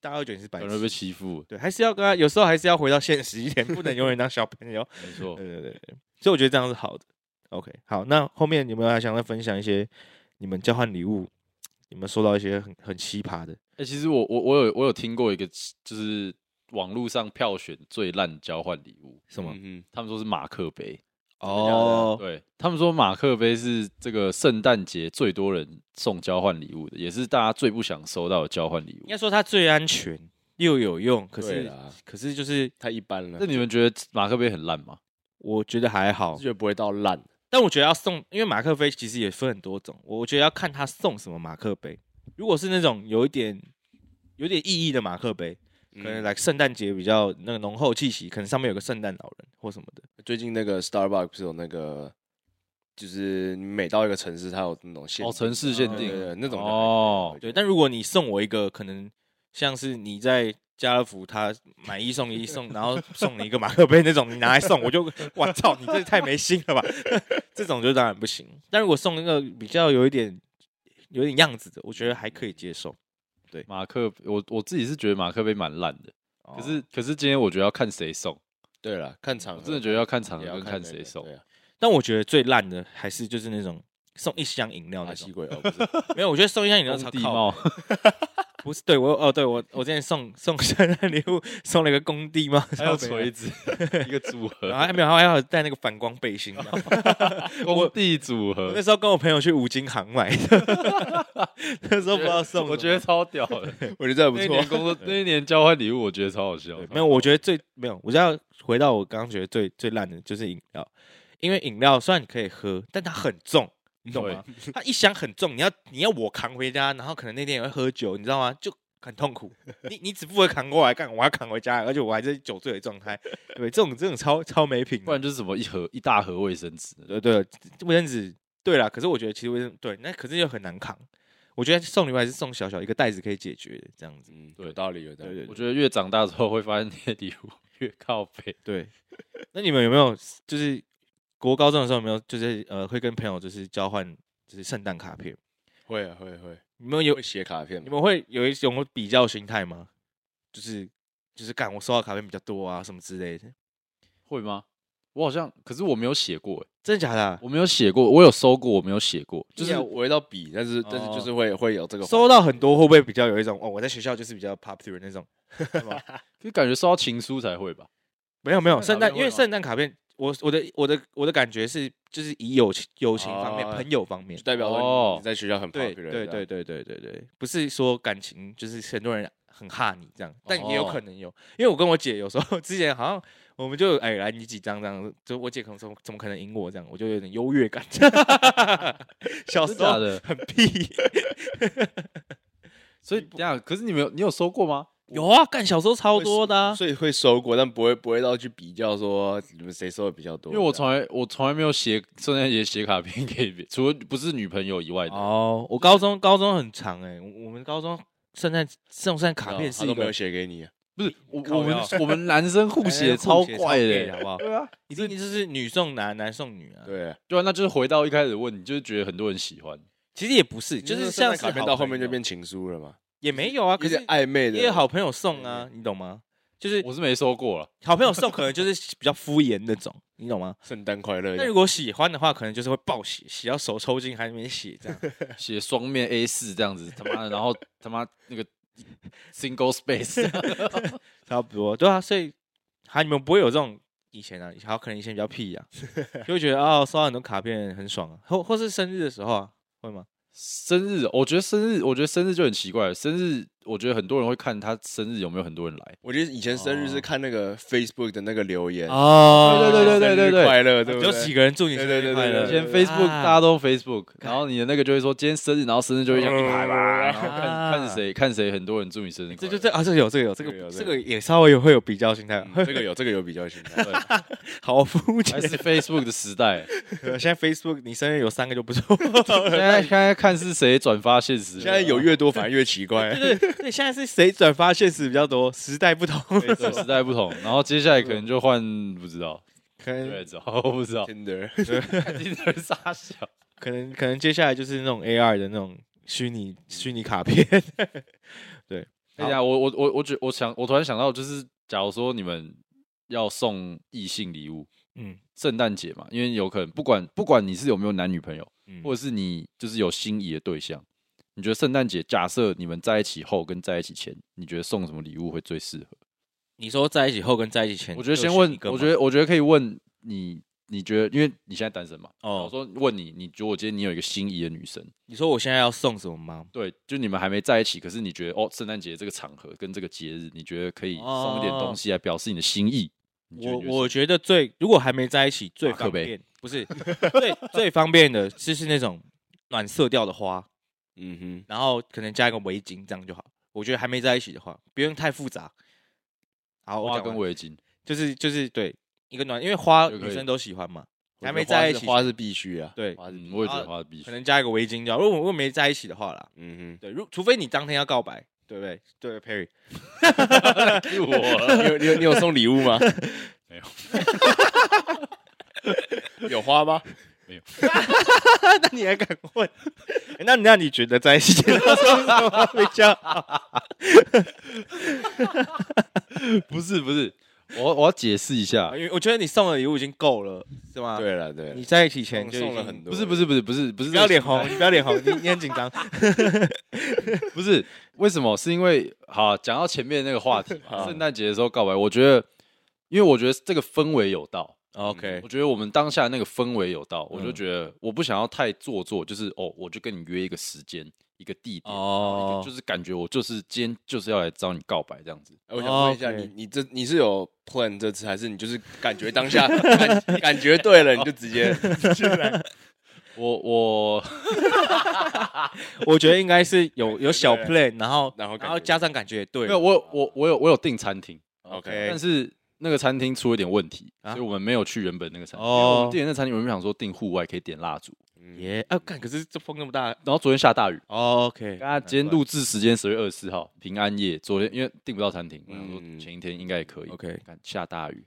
[SPEAKER 1] 大家会觉得你是白
[SPEAKER 2] 可
[SPEAKER 1] 痴
[SPEAKER 2] 能。会被欺负，
[SPEAKER 1] 对，还是要跟他，有时候还是要回到现实一点，不能永远当小朋友。
[SPEAKER 2] 没 错。
[SPEAKER 1] 对对对，对所以我觉得这样是好的。OK，好，那后面有没有还想再分享一些你们交换礼物，你们收到一些很很奇葩的？
[SPEAKER 2] 哎、其实我我我有我有听过一个，就是网络上票选最烂交换礼物，
[SPEAKER 1] 什么？
[SPEAKER 3] 嗯
[SPEAKER 2] 他们说是马克杯。
[SPEAKER 1] 哦，
[SPEAKER 2] 对他们说马克杯是这个圣诞节最多人送交换礼物的，也是大家最不想收到的交换礼
[SPEAKER 1] 应
[SPEAKER 2] 物
[SPEAKER 1] 该。说它最安全又有用，可
[SPEAKER 3] 哼，对
[SPEAKER 1] 是
[SPEAKER 3] 啦，
[SPEAKER 1] 可是就是
[SPEAKER 3] 太一般了哦
[SPEAKER 2] 那，你们觉得马克杯很烂吗？
[SPEAKER 1] 我觉得还好
[SPEAKER 3] 我是，觉得不会到烂。
[SPEAKER 1] 但我觉得要送，因为马克杯其实也分很多种，我觉得要看他送什么马克杯。如果是那种有一点有点意义的马克杯，可能
[SPEAKER 3] 嗯
[SPEAKER 1] 来圣诞节比较那个浓厚气息，可能上面有个圣诞老人或什么的。
[SPEAKER 3] 最近那个 Starbucks 不是有那个，就是你每到一个城市，它有那种限
[SPEAKER 2] 哦，城市限定
[SPEAKER 3] 对对对那种就
[SPEAKER 2] 哦
[SPEAKER 3] 还可以，
[SPEAKER 1] 对，但如果你送我一个，可能像是你在家乐福他买一送一送，然后送你一个马克杯那种，你拿来送，我就我操，你这太没心了吧！ 这种就当然不行。但如果送一个比较有一点有点样子的，我觉得还可以接受。
[SPEAKER 2] 马克，我我自己是觉得马克杯蛮烂的，
[SPEAKER 1] 哦
[SPEAKER 2] 可是可是今天我觉得要看谁送，
[SPEAKER 3] 对了，看场
[SPEAKER 2] 我
[SPEAKER 3] 合，
[SPEAKER 2] 真的觉得要看场合
[SPEAKER 3] 也要
[SPEAKER 2] 跟看谁
[SPEAKER 3] 送
[SPEAKER 2] 送。。
[SPEAKER 3] 对啊
[SPEAKER 1] 但我觉得最烂的还是就是那种送一箱饮料那
[SPEAKER 3] 巴
[SPEAKER 1] 种
[SPEAKER 3] 西，鬼哦，不是
[SPEAKER 1] 没有，我觉得送一箱饮料
[SPEAKER 2] 工
[SPEAKER 1] 超
[SPEAKER 2] 地
[SPEAKER 1] 靠
[SPEAKER 2] 帽，
[SPEAKER 1] 不是，对我有哦，对我我之前送送圣诞礼物送了一个工地帽，
[SPEAKER 2] 还有
[SPEAKER 1] 超美
[SPEAKER 2] 锤子，一个组
[SPEAKER 1] 啊然
[SPEAKER 2] 合，
[SPEAKER 1] 啊后还没有，还要带那个反光背 心。
[SPEAKER 2] 工地组
[SPEAKER 1] 我
[SPEAKER 2] 合
[SPEAKER 1] 那，时候跟我朋友去五金行买的， 那时候不知道送什么。
[SPEAKER 2] 我觉得超屌的。
[SPEAKER 3] 我觉得这还不
[SPEAKER 2] 那一
[SPEAKER 3] 错
[SPEAKER 2] 年。工作，那一年交换礼物，我觉得超好笑
[SPEAKER 1] 对。没有，我觉得最没有，我就要回到我刚刚觉得最最烂的就是饮料，因为饮料虽然你可以喝，但它很重。你懂吗？它一箱很重，你要你要我扛回家，然后可能那天也会喝酒，你知道吗？就很痛 苦。你你只负责扛过来，干我要扛回家，而且我还是酒醉的状态，对，这种这种超超没品的
[SPEAKER 2] 不。然就是什么一盒一大盒卫生纸，
[SPEAKER 1] 对对，卫生纸对啦，可是我觉得其实卫生对，那可是又很难扛。我觉得送礼物还是送小小一个袋子可以解决的，这样子。
[SPEAKER 3] 嗯，
[SPEAKER 2] 对
[SPEAKER 3] 有道理，有道
[SPEAKER 1] 对
[SPEAKER 3] 理
[SPEAKER 1] 对。
[SPEAKER 2] 我觉得越长大之后会发现那些礼物越靠背。
[SPEAKER 1] 对，那你们有没有就是国高中的时候有没有就是呃会跟朋友就是交换就是圣诞卡片？
[SPEAKER 3] 会啊，会会
[SPEAKER 1] 你们有
[SPEAKER 3] 会写卡片
[SPEAKER 1] 你
[SPEAKER 3] 吗，
[SPEAKER 1] 们会有一种比较心态吗？就是就是干我收到卡片比较多啊什么之类的，
[SPEAKER 2] 会吗？我好像，可是我没有写过、欸，
[SPEAKER 1] 真的假的啊、
[SPEAKER 2] 我没有写过，我有收过，我没有写过，
[SPEAKER 3] 就
[SPEAKER 2] 就是是
[SPEAKER 3] 围到笔，但是但是
[SPEAKER 1] 哦
[SPEAKER 3] 就是会会有这个
[SPEAKER 1] 收到很多会不会比较有一种哦我在学校就是比较 popular 那种？
[SPEAKER 2] 就感觉收到情书才会吧。
[SPEAKER 1] 没有没有
[SPEAKER 3] 啊
[SPEAKER 2] 圣
[SPEAKER 1] 圣诞，
[SPEAKER 2] 诞卡片
[SPEAKER 1] 因为
[SPEAKER 2] 会吗
[SPEAKER 1] 圣诞卡片，我我的我的我的感觉是，就是以友情友情方面、
[SPEAKER 3] 哦
[SPEAKER 1] 朋友方面
[SPEAKER 3] 就，代表说
[SPEAKER 2] 哦
[SPEAKER 3] 你你在学校很
[SPEAKER 1] 对对
[SPEAKER 3] popular，这
[SPEAKER 1] 对
[SPEAKER 3] 样，
[SPEAKER 1] 对对对对，不是说感情，就是很多人很怕你这样，但也有
[SPEAKER 2] 哦
[SPEAKER 1] 可能有，因为我跟我姐有时候之前好像我们就哎来你几张这样，就我姐可能说怎么可能赢我这样，我就有点优越感， 小时
[SPEAKER 2] 真假
[SPEAKER 1] 候
[SPEAKER 2] 的？
[SPEAKER 1] 很屁，
[SPEAKER 2] 所以等一下，可是你没有，你有收过吗？
[SPEAKER 1] 有啊，干小时候超多的、啊，
[SPEAKER 3] 所以会收过，但不会不会到去比较说你们谁收的比较多。
[SPEAKER 2] 因为我
[SPEAKER 3] 这
[SPEAKER 2] 从
[SPEAKER 3] 样
[SPEAKER 2] 来我从来没有写圣诞节写卡片给别，除了不是女朋友以外的，
[SPEAKER 1] 哦，我高中高中很长哎、我我们高中圣诞送圣诞卡片
[SPEAKER 3] 哦他
[SPEAKER 1] 是一
[SPEAKER 3] 都没有
[SPEAKER 1] 个
[SPEAKER 3] 写给你啊，
[SPEAKER 2] 不是我
[SPEAKER 1] 靠
[SPEAKER 2] 我们
[SPEAKER 1] 腰
[SPEAKER 2] 我们男生互写
[SPEAKER 1] 哎
[SPEAKER 2] 超怪
[SPEAKER 1] 互写超 gay
[SPEAKER 2] 的、
[SPEAKER 1] 好 不好？
[SPEAKER 2] 对啊，
[SPEAKER 1] 一定就是女送男，男送女啊。，
[SPEAKER 3] 对啊，
[SPEAKER 2] 对啊，那就是回到一开始的问题，就是觉得很多人喜欢，
[SPEAKER 1] 其实也不是，就
[SPEAKER 3] 你
[SPEAKER 1] 是
[SPEAKER 3] 说圣
[SPEAKER 1] 像
[SPEAKER 3] 诞
[SPEAKER 1] 是
[SPEAKER 3] 卡片
[SPEAKER 1] 好
[SPEAKER 3] 到
[SPEAKER 1] 朋
[SPEAKER 3] 后面
[SPEAKER 1] 友
[SPEAKER 3] 就变情书了嘛，
[SPEAKER 1] 也没有啊，可
[SPEAKER 3] 有点
[SPEAKER 1] 是
[SPEAKER 3] 暧昧的，
[SPEAKER 1] 也有好朋友送啊，你懂吗？就是
[SPEAKER 2] 我是没收过了。
[SPEAKER 1] 好朋友送可能就是 比较敷衍那种，你懂吗？
[SPEAKER 3] 圣诞快乐这
[SPEAKER 1] 那如
[SPEAKER 3] 样。
[SPEAKER 1] 果喜欢的话，可能就是会暴写，写到手抽筋还没写 这样。
[SPEAKER 2] 写双面 A 四这样子，他妈的，然后他妈那个 single space，
[SPEAKER 1] 差不多，对啊，所以还你们不会有这种以前啊，还有可能以前比较屁 啊，就会觉得哦，收到很多卡片很爽啊，或或是生日的时候啊，会吗？
[SPEAKER 2] 生日，我觉得生日，我觉得生日就很奇怪了。生日，我觉得很多人会看他生日有没有很多人来。
[SPEAKER 3] 我觉得以前生日是看那个 Facebook 的那个留言，
[SPEAKER 1] 哦
[SPEAKER 2] 对对对对对对
[SPEAKER 3] 生日快乐，对不
[SPEAKER 1] 有
[SPEAKER 3] 对？
[SPEAKER 1] 几个人祝你生
[SPEAKER 3] 对
[SPEAKER 1] 日
[SPEAKER 3] 对对
[SPEAKER 1] 快乐？
[SPEAKER 3] 对
[SPEAKER 2] 以
[SPEAKER 3] 对
[SPEAKER 2] 前 Facebook
[SPEAKER 1] 啊
[SPEAKER 2] 大家都用 Facebook，然后你的那个就会说今天生日，然后生日就会这样一排吧，
[SPEAKER 3] 嗯
[SPEAKER 2] 然后
[SPEAKER 1] 啊
[SPEAKER 2] 看看谁看谁很多人祝你生日快
[SPEAKER 1] 这
[SPEAKER 2] 乐，
[SPEAKER 1] 就这啊，这个有这个有这
[SPEAKER 3] 这个
[SPEAKER 1] 个
[SPEAKER 3] 有
[SPEAKER 1] 这
[SPEAKER 3] 这
[SPEAKER 1] 个
[SPEAKER 3] 个
[SPEAKER 1] 也稍微有会有比较心态，
[SPEAKER 3] 嗯
[SPEAKER 1] 会
[SPEAKER 3] 这个有这个有比较心态，
[SPEAKER 2] 对，
[SPEAKER 1] 好肤浅
[SPEAKER 2] 还。是 Facebook 的时 代。
[SPEAKER 1] 现在 Facebook 你生日有三个就不错，
[SPEAKER 2] 现在现在看是谁转发现实，
[SPEAKER 3] 现在有越多反而越奇怪。
[SPEAKER 1] 对对对，现在是谁转发现实比较多？时代不同，
[SPEAKER 2] 对时代不同，然后接下来可能就换不知道，
[SPEAKER 1] 可
[SPEAKER 3] 嗯
[SPEAKER 1] 能
[SPEAKER 2] 对，之后不知道，
[SPEAKER 3] Tinder
[SPEAKER 2] 今天傻笑。
[SPEAKER 1] 可能可能接下来就是那种 AR 的那种虚拟虚拟卡片，
[SPEAKER 2] 哎呀，我我我我觉我想，我突然想到，就是假如说你们要送异性礼物，
[SPEAKER 1] 嗯
[SPEAKER 2] 圣诞节嘛，因为有可能不管不管你是有没有男女朋友，
[SPEAKER 1] 嗯
[SPEAKER 2] 或者是你就是有心仪的对象，你觉得圣诞节假设你们在一起后跟在一起前，你觉得送什么礼物会最适合？
[SPEAKER 1] 你说在一起后跟在一起前，
[SPEAKER 2] 我觉得
[SPEAKER 1] 各
[SPEAKER 2] 先
[SPEAKER 1] 选
[SPEAKER 2] 问
[SPEAKER 1] 一，个
[SPEAKER 2] 我
[SPEAKER 1] 吗
[SPEAKER 2] 觉得我觉得可以问你，你觉得因为你现在单身嘛，
[SPEAKER 1] 哦
[SPEAKER 2] 我说问你，你如果今天你有一个心仪的女生，
[SPEAKER 1] 你说我现在要送什么吗？
[SPEAKER 2] 对，就你们还没在一起，可是你觉得哦，圣诞节这个场合跟这个节日，你觉得可以送一点东西来表示你的心意？你觉得
[SPEAKER 1] 哦我
[SPEAKER 2] 你会
[SPEAKER 1] 我觉得最如果还没在一起最
[SPEAKER 2] 马克
[SPEAKER 1] 方
[SPEAKER 2] 杯
[SPEAKER 1] 便，不是最最方便的就是那种暖色调的花，
[SPEAKER 3] 嗯哼，
[SPEAKER 1] 然后可能加一个围巾，这样就好。我觉得还没在一起的话，不用太复杂。好，
[SPEAKER 2] 送
[SPEAKER 1] 我
[SPEAKER 2] 花
[SPEAKER 1] 讲
[SPEAKER 2] 跟
[SPEAKER 1] 完
[SPEAKER 2] 围巾，
[SPEAKER 1] 就是就是对一个暖，因为花
[SPEAKER 2] 就可以
[SPEAKER 1] 女生都喜欢嘛，
[SPEAKER 3] 我
[SPEAKER 1] 还
[SPEAKER 3] 觉
[SPEAKER 1] 没
[SPEAKER 3] 得花
[SPEAKER 1] 在一
[SPEAKER 3] 是
[SPEAKER 1] 起
[SPEAKER 3] 花是必须啊。
[SPEAKER 1] 对，
[SPEAKER 3] 花是必
[SPEAKER 2] 嗯，
[SPEAKER 3] 须
[SPEAKER 2] 我也觉得花必须
[SPEAKER 1] 可。能加一个围巾就好。如果如果没在一起的话啦，
[SPEAKER 3] 嗯
[SPEAKER 1] 对，如除非你当天要告白，对不对？对，Perry，
[SPEAKER 2] 我
[SPEAKER 3] 哼，你有你有你有送礼物 吗？
[SPEAKER 2] 没
[SPEAKER 3] 有，有花吗？
[SPEAKER 1] 那你还敢问？ 那那你觉得在一起的时候会比较好？
[SPEAKER 2] 不是不是，我啊我要解释一下
[SPEAKER 1] 因，为我觉得你送的礼物已经够了，是吗？，
[SPEAKER 3] 啊对了对了
[SPEAKER 1] 你，在一起前
[SPEAKER 3] 送
[SPEAKER 1] 就
[SPEAKER 3] 送了很
[SPEAKER 1] 多。
[SPEAKER 3] 多，
[SPEAKER 2] 不是不是不是不是不是
[SPEAKER 1] 你不要
[SPEAKER 2] 这个
[SPEAKER 1] 脸红，你不要脸红，你你很紧张。
[SPEAKER 2] 不是为什么？是因为好讲到前面那个话题嘛，
[SPEAKER 1] 啊
[SPEAKER 3] 好
[SPEAKER 2] 圣诞节的时候告白，我觉得，因为我觉得这个氛围有到，
[SPEAKER 1] OK，
[SPEAKER 2] 我觉得我们当下那个氛围有到，我就
[SPEAKER 1] 嗯
[SPEAKER 2] 觉得我不想要太做作，就是哦，我就跟你约一个时间、一个地点，
[SPEAKER 1] 哦
[SPEAKER 2] 就是感觉我就是今天就是要来找你告白这样子。
[SPEAKER 3] 哎我想问一下，
[SPEAKER 1] 哦 OK
[SPEAKER 3] 你你这你是有 plan 这次，还是你就是感觉当下 感感觉对了，你就直接
[SPEAKER 1] 哦
[SPEAKER 2] 我我
[SPEAKER 1] 我觉得应该是有有小
[SPEAKER 3] 对
[SPEAKER 1] plan，然后
[SPEAKER 3] 然后感
[SPEAKER 1] 然后
[SPEAKER 3] 觉
[SPEAKER 1] 加上感觉也对
[SPEAKER 2] 没有我我我有我有订餐厅，
[SPEAKER 1] 哎
[SPEAKER 3] OK？
[SPEAKER 2] 但是那个餐厅出了点问题，
[SPEAKER 1] 啊
[SPEAKER 2] 所以我们没有去原本那个餐厅。
[SPEAKER 1] 哦
[SPEAKER 2] 因为我们订的那餐厅，我们想说订户外可以点蜡烛，
[SPEAKER 3] 嗯
[SPEAKER 1] 耶，啊，干，可是这风那么大
[SPEAKER 2] 然后昨天下大雨。
[SPEAKER 1] 哦，OK，
[SPEAKER 2] 刚刚今天录制时间十月二十四号，平安夜。昨天因为订不到餐厅，我想说
[SPEAKER 3] 嗯
[SPEAKER 2] 前一天应该也可以。
[SPEAKER 1] OK
[SPEAKER 2] 看下大雨，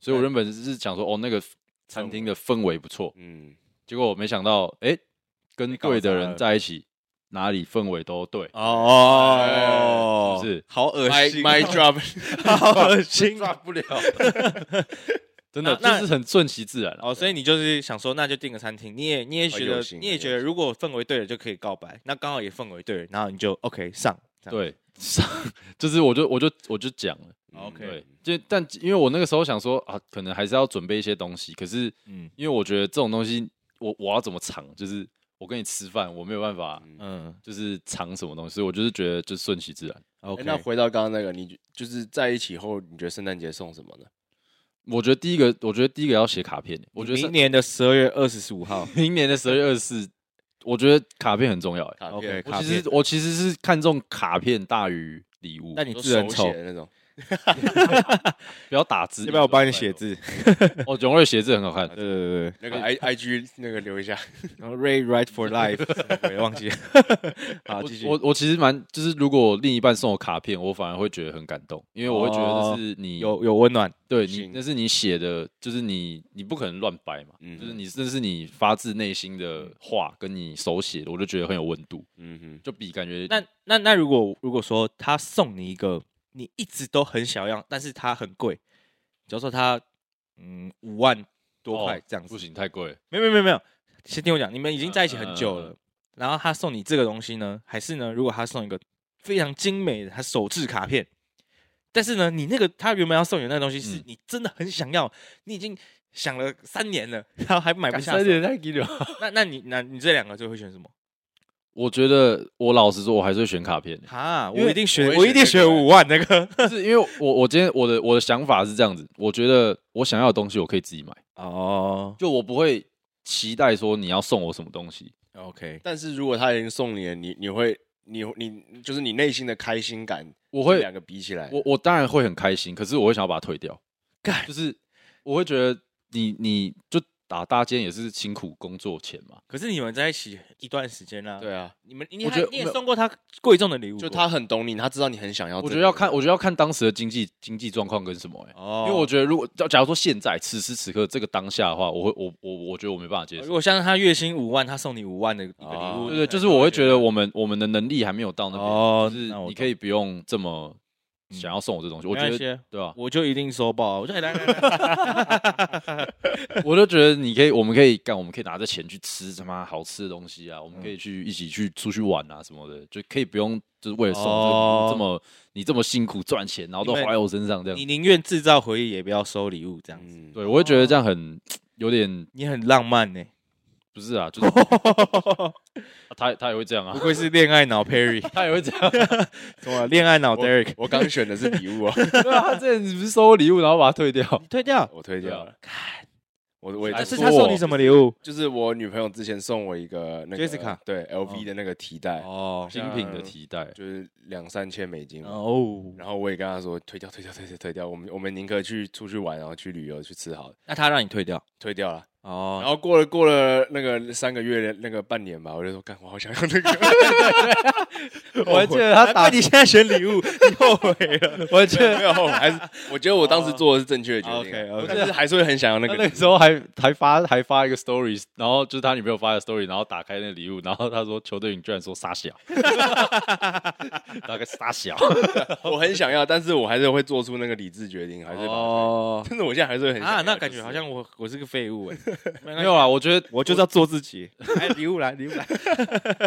[SPEAKER 2] 所以
[SPEAKER 1] 哎
[SPEAKER 2] 我原本是想说，哦，那个餐厅的氛围不错。
[SPEAKER 3] 嗯，
[SPEAKER 2] 结果我没想到，哎、跟
[SPEAKER 1] 搞
[SPEAKER 2] 对的
[SPEAKER 1] 砸
[SPEAKER 2] 人
[SPEAKER 1] 了
[SPEAKER 2] 在一起，哪里氛围都对，
[SPEAKER 1] 哦，
[SPEAKER 2] 是不是
[SPEAKER 1] 好恶
[SPEAKER 3] My
[SPEAKER 1] 心啊
[SPEAKER 3] my drop 嗯
[SPEAKER 1] 好恶心。
[SPEAKER 2] 不了。真的，
[SPEAKER 1] 那
[SPEAKER 2] 这是很顺其自然、啊。
[SPEAKER 1] 哦，所以你就是想说，那就订个餐厅，你也你也觉
[SPEAKER 3] 很有
[SPEAKER 1] 得
[SPEAKER 3] 心
[SPEAKER 1] 你也
[SPEAKER 3] 很有
[SPEAKER 1] 觉得，如果氛围对了就可以告白，那嗯刚好也氛围对了，然后你就 OK 上。这样，
[SPEAKER 2] 对，就是我就我就我就讲了，
[SPEAKER 3] 嗯
[SPEAKER 1] OK
[SPEAKER 2] 对
[SPEAKER 1] 对，
[SPEAKER 2] 就但因为我那个时候想说啊，可能还是要准备一些东西，可是
[SPEAKER 1] 嗯
[SPEAKER 2] 因为我觉得这种东西，我我要怎么藏？就是我跟你吃饭，我没有办法，
[SPEAKER 3] 嗯
[SPEAKER 1] 嗯
[SPEAKER 2] 就是藏什么东西，所以我就是觉得就顺其自然。
[SPEAKER 1] ，OK，
[SPEAKER 3] 诶那回到刚刚那个，你就就是在一起后，你觉得圣诞节送什么呢？
[SPEAKER 2] 我觉得第一个，我觉得第一个要写卡片，欸我觉得是
[SPEAKER 1] 明年的十二月二十五号
[SPEAKER 2] 明年的十二月二十四，我觉得卡片很重要、欸。
[SPEAKER 3] 卡
[SPEAKER 1] OK，
[SPEAKER 3] 片，
[SPEAKER 2] 我
[SPEAKER 1] 卡
[SPEAKER 2] 其
[SPEAKER 1] 片
[SPEAKER 2] 实我其实是看重卡片大于礼物，
[SPEAKER 1] 那你
[SPEAKER 3] 都
[SPEAKER 1] 字很丑
[SPEAKER 3] 手写的那种，
[SPEAKER 2] 不要打 字。
[SPEAKER 1] 要不要我帮你写？字？
[SPEAKER 2] 哦，囧儿写字很好看
[SPEAKER 1] 对。对对
[SPEAKER 3] 那个 I I G 那个留一下，
[SPEAKER 1] 对， 然后 Ray Right for Life，我也 忘记了。好，继续。
[SPEAKER 2] 我我我其实蛮就是，如果另一半送我卡片，我反而会觉得很感动，因为我会觉得这是你、
[SPEAKER 1] 哦有有温暖，
[SPEAKER 2] 对你
[SPEAKER 3] 信
[SPEAKER 2] 那是你写的，就是你你不可能乱掰嘛，
[SPEAKER 3] 嗯
[SPEAKER 2] 就是你这是你发自内心的话，跟你手写的，我就觉得很有温度，
[SPEAKER 3] 嗯
[SPEAKER 2] 就比感觉哦
[SPEAKER 1] 那那那如果如果说他送你一个你一直都很想要，但是它很贵，假如说他嗯五万多块
[SPEAKER 2] 哦
[SPEAKER 1] 这样子，
[SPEAKER 2] 不行太贵了，
[SPEAKER 1] 没有没有没有没有，先听我讲，你们已经在一起很久
[SPEAKER 2] 嗯嗯
[SPEAKER 1] 了，然后他送你这个东西呢，还是呢？如果他送一个非常精美的他手制卡片，但是呢，你那个他原本要送你的那个东西，是
[SPEAKER 2] 嗯
[SPEAKER 1] 你真的很想要，你已经想了三年了，然后还买不下手。
[SPEAKER 2] 太低了。
[SPEAKER 1] 那那你那你这两个最会选什么？
[SPEAKER 2] 我觉得我老实说，我还是会选卡片的，
[SPEAKER 1] 哈，
[SPEAKER 2] 因
[SPEAKER 1] 我
[SPEAKER 2] 为
[SPEAKER 1] 一定选，
[SPEAKER 3] 我也
[SPEAKER 1] 我
[SPEAKER 3] 选
[SPEAKER 1] 一定
[SPEAKER 3] 这
[SPEAKER 1] 选
[SPEAKER 3] 个
[SPEAKER 1] 五万那个。
[SPEAKER 2] 就是因为我我今天我的我的想法是这样子，我觉得我想要的东西我可以自己买，
[SPEAKER 1] 哦
[SPEAKER 2] 就我不会期待说你要送我什么东西，
[SPEAKER 1] ，OK，
[SPEAKER 3] 但是如果他已经送你了，你你会你你就是你内心的开心感，
[SPEAKER 2] 我
[SPEAKER 3] 这
[SPEAKER 2] 会
[SPEAKER 3] 两个比起来，
[SPEAKER 2] 我我当然会很开心，可是我会想要把它退掉。
[SPEAKER 1] 哎干
[SPEAKER 2] 就是我会觉得你你就打大家今天也是辛苦工作钱嘛，
[SPEAKER 1] 可是你们在一起一段时间啦、
[SPEAKER 3] 对啊，
[SPEAKER 1] 你们你
[SPEAKER 2] 我
[SPEAKER 1] 还
[SPEAKER 2] 觉得
[SPEAKER 1] 你也
[SPEAKER 2] 没有
[SPEAKER 1] 送过他贵重的礼物哦过，
[SPEAKER 3] 就他很懂你，他知道你很想要这个，
[SPEAKER 2] 我觉得要看，我觉得要看当时的经济经济状况跟什么哎、
[SPEAKER 1] 哦
[SPEAKER 2] 因为我觉得如果假假如说现在此时此刻这个当下的话，我会我我我觉得我没办法接
[SPEAKER 1] 如
[SPEAKER 2] 受。
[SPEAKER 1] 果像是他月薪五万，他送你五万的一个礼物，
[SPEAKER 3] 哦
[SPEAKER 2] 对对，就是我会觉得我们我们的能力还没有到那边，嗯
[SPEAKER 1] 哦
[SPEAKER 2] 就是
[SPEAKER 1] 那我懂
[SPEAKER 2] 你可以不用这么想要送我这东西，我
[SPEAKER 1] 没
[SPEAKER 2] 觉
[SPEAKER 1] 关
[SPEAKER 2] 得
[SPEAKER 1] 系啊，
[SPEAKER 2] 对吧、
[SPEAKER 1] 我就一定收爆。我就来来来来，
[SPEAKER 2] 我就觉得你可以，我们可以干，我们可以拿着钱去吃他妈好吃的东西啊，我们可以去一起去出去玩啊什么的，就可以不用就是为了送这
[SPEAKER 1] 哦
[SPEAKER 2] 个礼物这么你这么辛苦赚钱，然后都
[SPEAKER 1] 你们
[SPEAKER 2] 花在我身上这样
[SPEAKER 1] 你。宁愿制造回忆，也不要收礼物，这样子、
[SPEAKER 3] 嗯，
[SPEAKER 2] 对，我会觉得这样
[SPEAKER 1] 哦
[SPEAKER 2] 很有点
[SPEAKER 1] 你很浪漫 呢、
[SPEAKER 2] 不是啊，就是 他他也会这样
[SPEAKER 1] 不
[SPEAKER 2] 啊，
[SPEAKER 1] 愧是恋爱脑 Perry，
[SPEAKER 2] 他也会这样。啊
[SPEAKER 1] 什么恋爱脑
[SPEAKER 3] 我
[SPEAKER 1] Derek，
[SPEAKER 3] 我刚选的是礼物啊，
[SPEAKER 2] 对啊，他之前不是收我礼物，然后把它退掉。
[SPEAKER 1] 你退掉。
[SPEAKER 3] 我推荐
[SPEAKER 2] 对啊
[SPEAKER 3] 了，我我也
[SPEAKER 2] 还
[SPEAKER 1] 但
[SPEAKER 3] 就是
[SPEAKER 2] 说
[SPEAKER 1] 啊他送你什么礼物？
[SPEAKER 3] 就是我女朋友之前送我一个那个
[SPEAKER 1] Jessica
[SPEAKER 3] 对 LV 的那个提
[SPEAKER 2] 哎
[SPEAKER 3] 袋，
[SPEAKER 1] 哦
[SPEAKER 2] 精品的提袋，
[SPEAKER 3] 就是两三千美金嘛，
[SPEAKER 1] 哦，
[SPEAKER 3] 然后我也跟他说推掉推掉推掉推掉，我们我们宁可去出去玩，然后去旅游去吃好的，
[SPEAKER 1] 那他让你退掉
[SPEAKER 3] 推掉了。然
[SPEAKER 1] 哦，
[SPEAKER 3] 后过了过了那个三个月那个半年吧，我就说干，我好想要那个，
[SPEAKER 2] 我还记 得他打，
[SPEAKER 1] 你现在选礼物，你后悔了。
[SPEAKER 2] 我还记得
[SPEAKER 3] 没有，还是我觉得我当时做的是正确的决定啊，
[SPEAKER 1] 哦 OK，OK
[SPEAKER 3] 但是还是会很想要那
[SPEAKER 2] 他
[SPEAKER 3] 个
[SPEAKER 2] 那个。时候还还发还发一个 stories，然后就是他女朋友发的 story，然后打开那个礼物，然后他说球队你居然说傻小， 大概傻小，
[SPEAKER 3] 我很想要，但是我还是会做出那个理智决定，还是把它
[SPEAKER 1] 哦
[SPEAKER 3] 推。真的，我现在还是会很想要
[SPEAKER 1] 啊，那感觉
[SPEAKER 3] 就是
[SPEAKER 1] 好像我我是个废 物哎、
[SPEAKER 2] 没有啦，我觉得
[SPEAKER 1] 我就是要做自己。哎，礼物来，礼物来。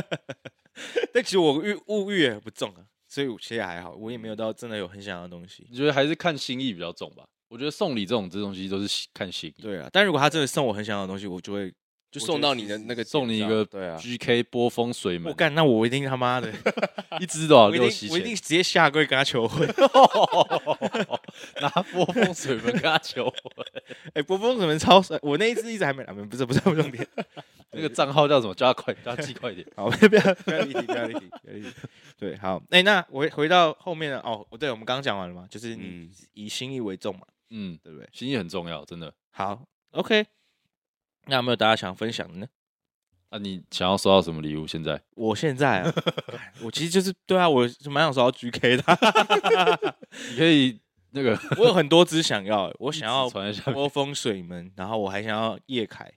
[SPEAKER 1] 但其实我欲物欲也不重啊，所以我其实还好，我也没有到真的有很想要的东西。
[SPEAKER 2] 你觉得还是看心意比较重吧。我觉得送礼这种这东西都是看心意。
[SPEAKER 1] 对啊，但如果他真的送我很想要的东西，我就会
[SPEAKER 3] 就送到你的那个
[SPEAKER 2] 送你一
[SPEAKER 3] 点上
[SPEAKER 2] 个
[SPEAKER 3] 对啊，
[SPEAKER 2] GK 波风水
[SPEAKER 1] 我
[SPEAKER 2] 门，
[SPEAKER 1] 干，那我一定他妈 的，
[SPEAKER 2] 一支多少
[SPEAKER 1] 我一
[SPEAKER 2] 六七
[SPEAKER 1] 定我一定
[SPEAKER 2] 千，
[SPEAKER 1] 直接下跪跟他求婚。
[SPEAKER 2] 拿波风水门跟他 求婚。
[SPEAKER 1] 哎、波波怎么超帅？我那一次一直还没来，不是不是不是重点。
[SPEAKER 2] 那个账号叫什么？叫他快，叫他寄快一点。
[SPEAKER 1] 好， 不要不要离题，不要离题，不要离题。对，好，哎、那回回到后面的哦，对，我们刚刚讲完了嘛，就是你
[SPEAKER 3] 嗯
[SPEAKER 1] 以心意为重嘛，
[SPEAKER 2] 嗯，
[SPEAKER 1] 对不对？
[SPEAKER 2] 心意很重要，真的。
[SPEAKER 1] 好，OK，那有没有大家想分享的呢？
[SPEAKER 2] 那、你想要收到什么礼物？现在
[SPEAKER 1] 我现在 啊，干我其实就是对啊，我是蛮想收到 GK 的啊，
[SPEAKER 2] 你可以那个
[SPEAKER 1] 我有很多只想要欸，我 想要
[SPEAKER 2] 传一下
[SPEAKER 1] 波风水门，然后我还想要叶凯，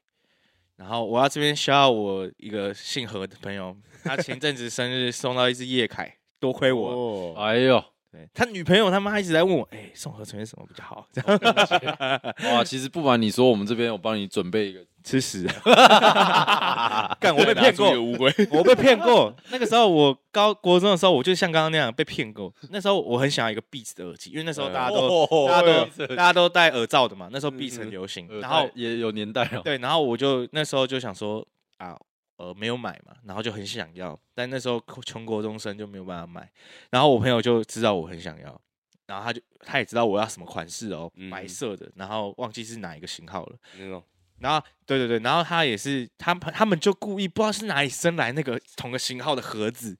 [SPEAKER 1] 然后我要这边需要我一个姓何的朋友，他前阵子生日送到一只叶凯，多亏我，
[SPEAKER 3] 哦，
[SPEAKER 2] 哎呦，
[SPEAKER 1] 对他女朋友他妈一直在问我，哎、送合成什么比较好？这样
[SPEAKER 2] 哇，其实不瞒你说，我们这边我帮你准备一个，
[SPEAKER 1] 吃屎！啊 干，我被
[SPEAKER 3] 拿
[SPEAKER 1] 骗
[SPEAKER 3] 出
[SPEAKER 1] 过
[SPEAKER 3] 一个，乌龟，
[SPEAKER 1] 我被骗过。那个时候我高国中的时候，我就像刚刚那样被骗过。那时候我很想要一个 Beats 的耳机，因为那时候大家都、
[SPEAKER 2] 哦
[SPEAKER 1] 大家
[SPEAKER 2] 哎
[SPEAKER 1] 都
[SPEAKER 2] 这
[SPEAKER 1] 大家都戴耳罩的嘛，那时候
[SPEAKER 3] 嗯
[SPEAKER 1] Beats 很流行。
[SPEAKER 2] 呃
[SPEAKER 1] 然后
[SPEAKER 2] 大也有年代哦，
[SPEAKER 1] 对，然后我就那时候就想说啊，呃，没有买嘛，然后就很想要，但那时候穷国中生就没有办法买。然后我朋友就知道我很想要，然后他就他也知道我要什么款式哦，
[SPEAKER 3] 嗯
[SPEAKER 1] 白色的，然后忘记是哪一个型号了。
[SPEAKER 3] 那种
[SPEAKER 1] 然后对对对，然后他也是他们他们就故意不知道是哪里生来那个同个型号的盒子，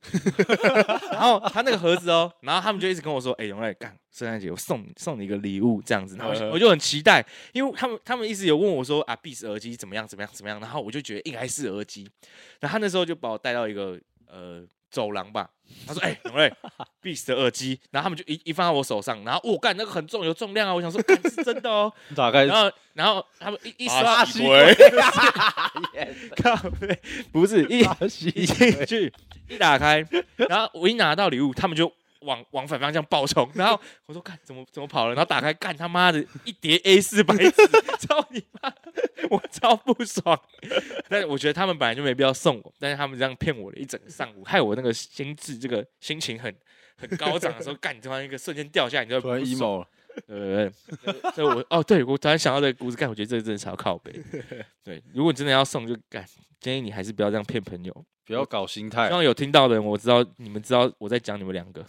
[SPEAKER 1] 然后他那个盒子哦，然后他们就一直跟我说，哎、欸，永瑞干圣诞节我送你送你一个礼物这样子，然后我就我就很期待，因为他们他们一直有问我说啊，Beats 耳机怎么样怎么样怎么样，然后我就觉得应该是耳机，然后他那时候就把我带到一个呃走廊吧，他说哎、欸，永瑞 Beats 的耳机，然后他们就一一放在我手上，然后我、哦、干那个很重有重量啊，我想说干是真的哦，
[SPEAKER 2] 打开
[SPEAKER 1] 然后然后他们一一刷
[SPEAKER 3] 巴
[SPEAKER 1] 起
[SPEAKER 3] 西龟，
[SPEAKER 1] 靠背，不是一
[SPEAKER 2] 巴西
[SPEAKER 1] 一进去一打开，然后我一拿到礼物，他们就往往反方向暴冲，然后我说干怎么怎么跑了，然后打开干他妈的一叠 A 四白纸， 操你妈！我超不爽。但是我觉得他们本来就没必要送我，但是他们这样骗我了一整个上午，害我那个心智这个心情很很高涨的时候， 干你突然一个瞬间掉下来，你就会
[SPEAKER 2] 突然
[SPEAKER 1] 不爽
[SPEAKER 2] emo 了，
[SPEAKER 1] 对对对， 所以我哦，对我突然想到这个故事，干，我觉得这个真的是要靠背。对，如果你真的要送，就干，建议你还是不要这样骗朋友。
[SPEAKER 2] 不要搞心态
[SPEAKER 1] 希，望有听到的人，我知道你们知道我在讲你们两个。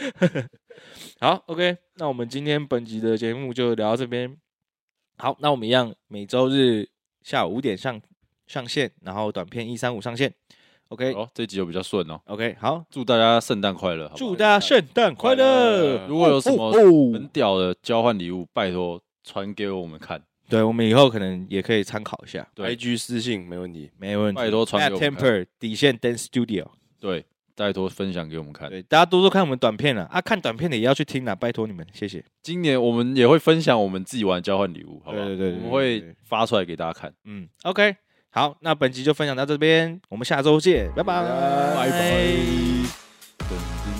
[SPEAKER 1] 好，OK，那我们今天本集的节目就聊到这边。好，那我们一样每周日下午五点上上线，然后短片一三五上线。OK
[SPEAKER 2] 哦，这集就比较顺哦，
[SPEAKER 1] OK，好，
[SPEAKER 2] 祝大家圣诞快乐，好不好
[SPEAKER 1] 祝大家圣诞快乐！
[SPEAKER 2] 如果有什
[SPEAKER 1] 哦
[SPEAKER 2] 么
[SPEAKER 1] 哦
[SPEAKER 2] 很屌的交换礼物，拜托传给我们看，
[SPEAKER 1] 对我们以后可能也可以参考一下。
[SPEAKER 2] 对
[SPEAKER 3] ，IG 私信没问题，
[SPEAKER 1] 没问题，
[SPEAKER 2] 拜托传
[SPEAKER 1] Matt
[SPEAKER 2] 给我们看
[SPEAKER 1] Temper 底线 Dance Studio，
[SPEAKER 2] 对，拜托分享给我们看。
[SPEAKER 1] 对，大家多多看我们短片了啊，看短片的也要去听啦，拜托你们，谢谢。
[SPEAKER 2] 今年我们也会分享我们自己玩交换礼物，好不好？
[SPEAKER 1] 对对对对
[SPEAKER 2] 我们
[SPEAKER 1] 对
[SPEAKER 2] 会
[SPEAKER 1] 对
[SPEAKER 2] 发出来给大家看。
[SPEAKER 1] 嗯，OK，好，那本集就分享到这边，我们下周见，拜拜，
[SPEAKER 2] 拜拜。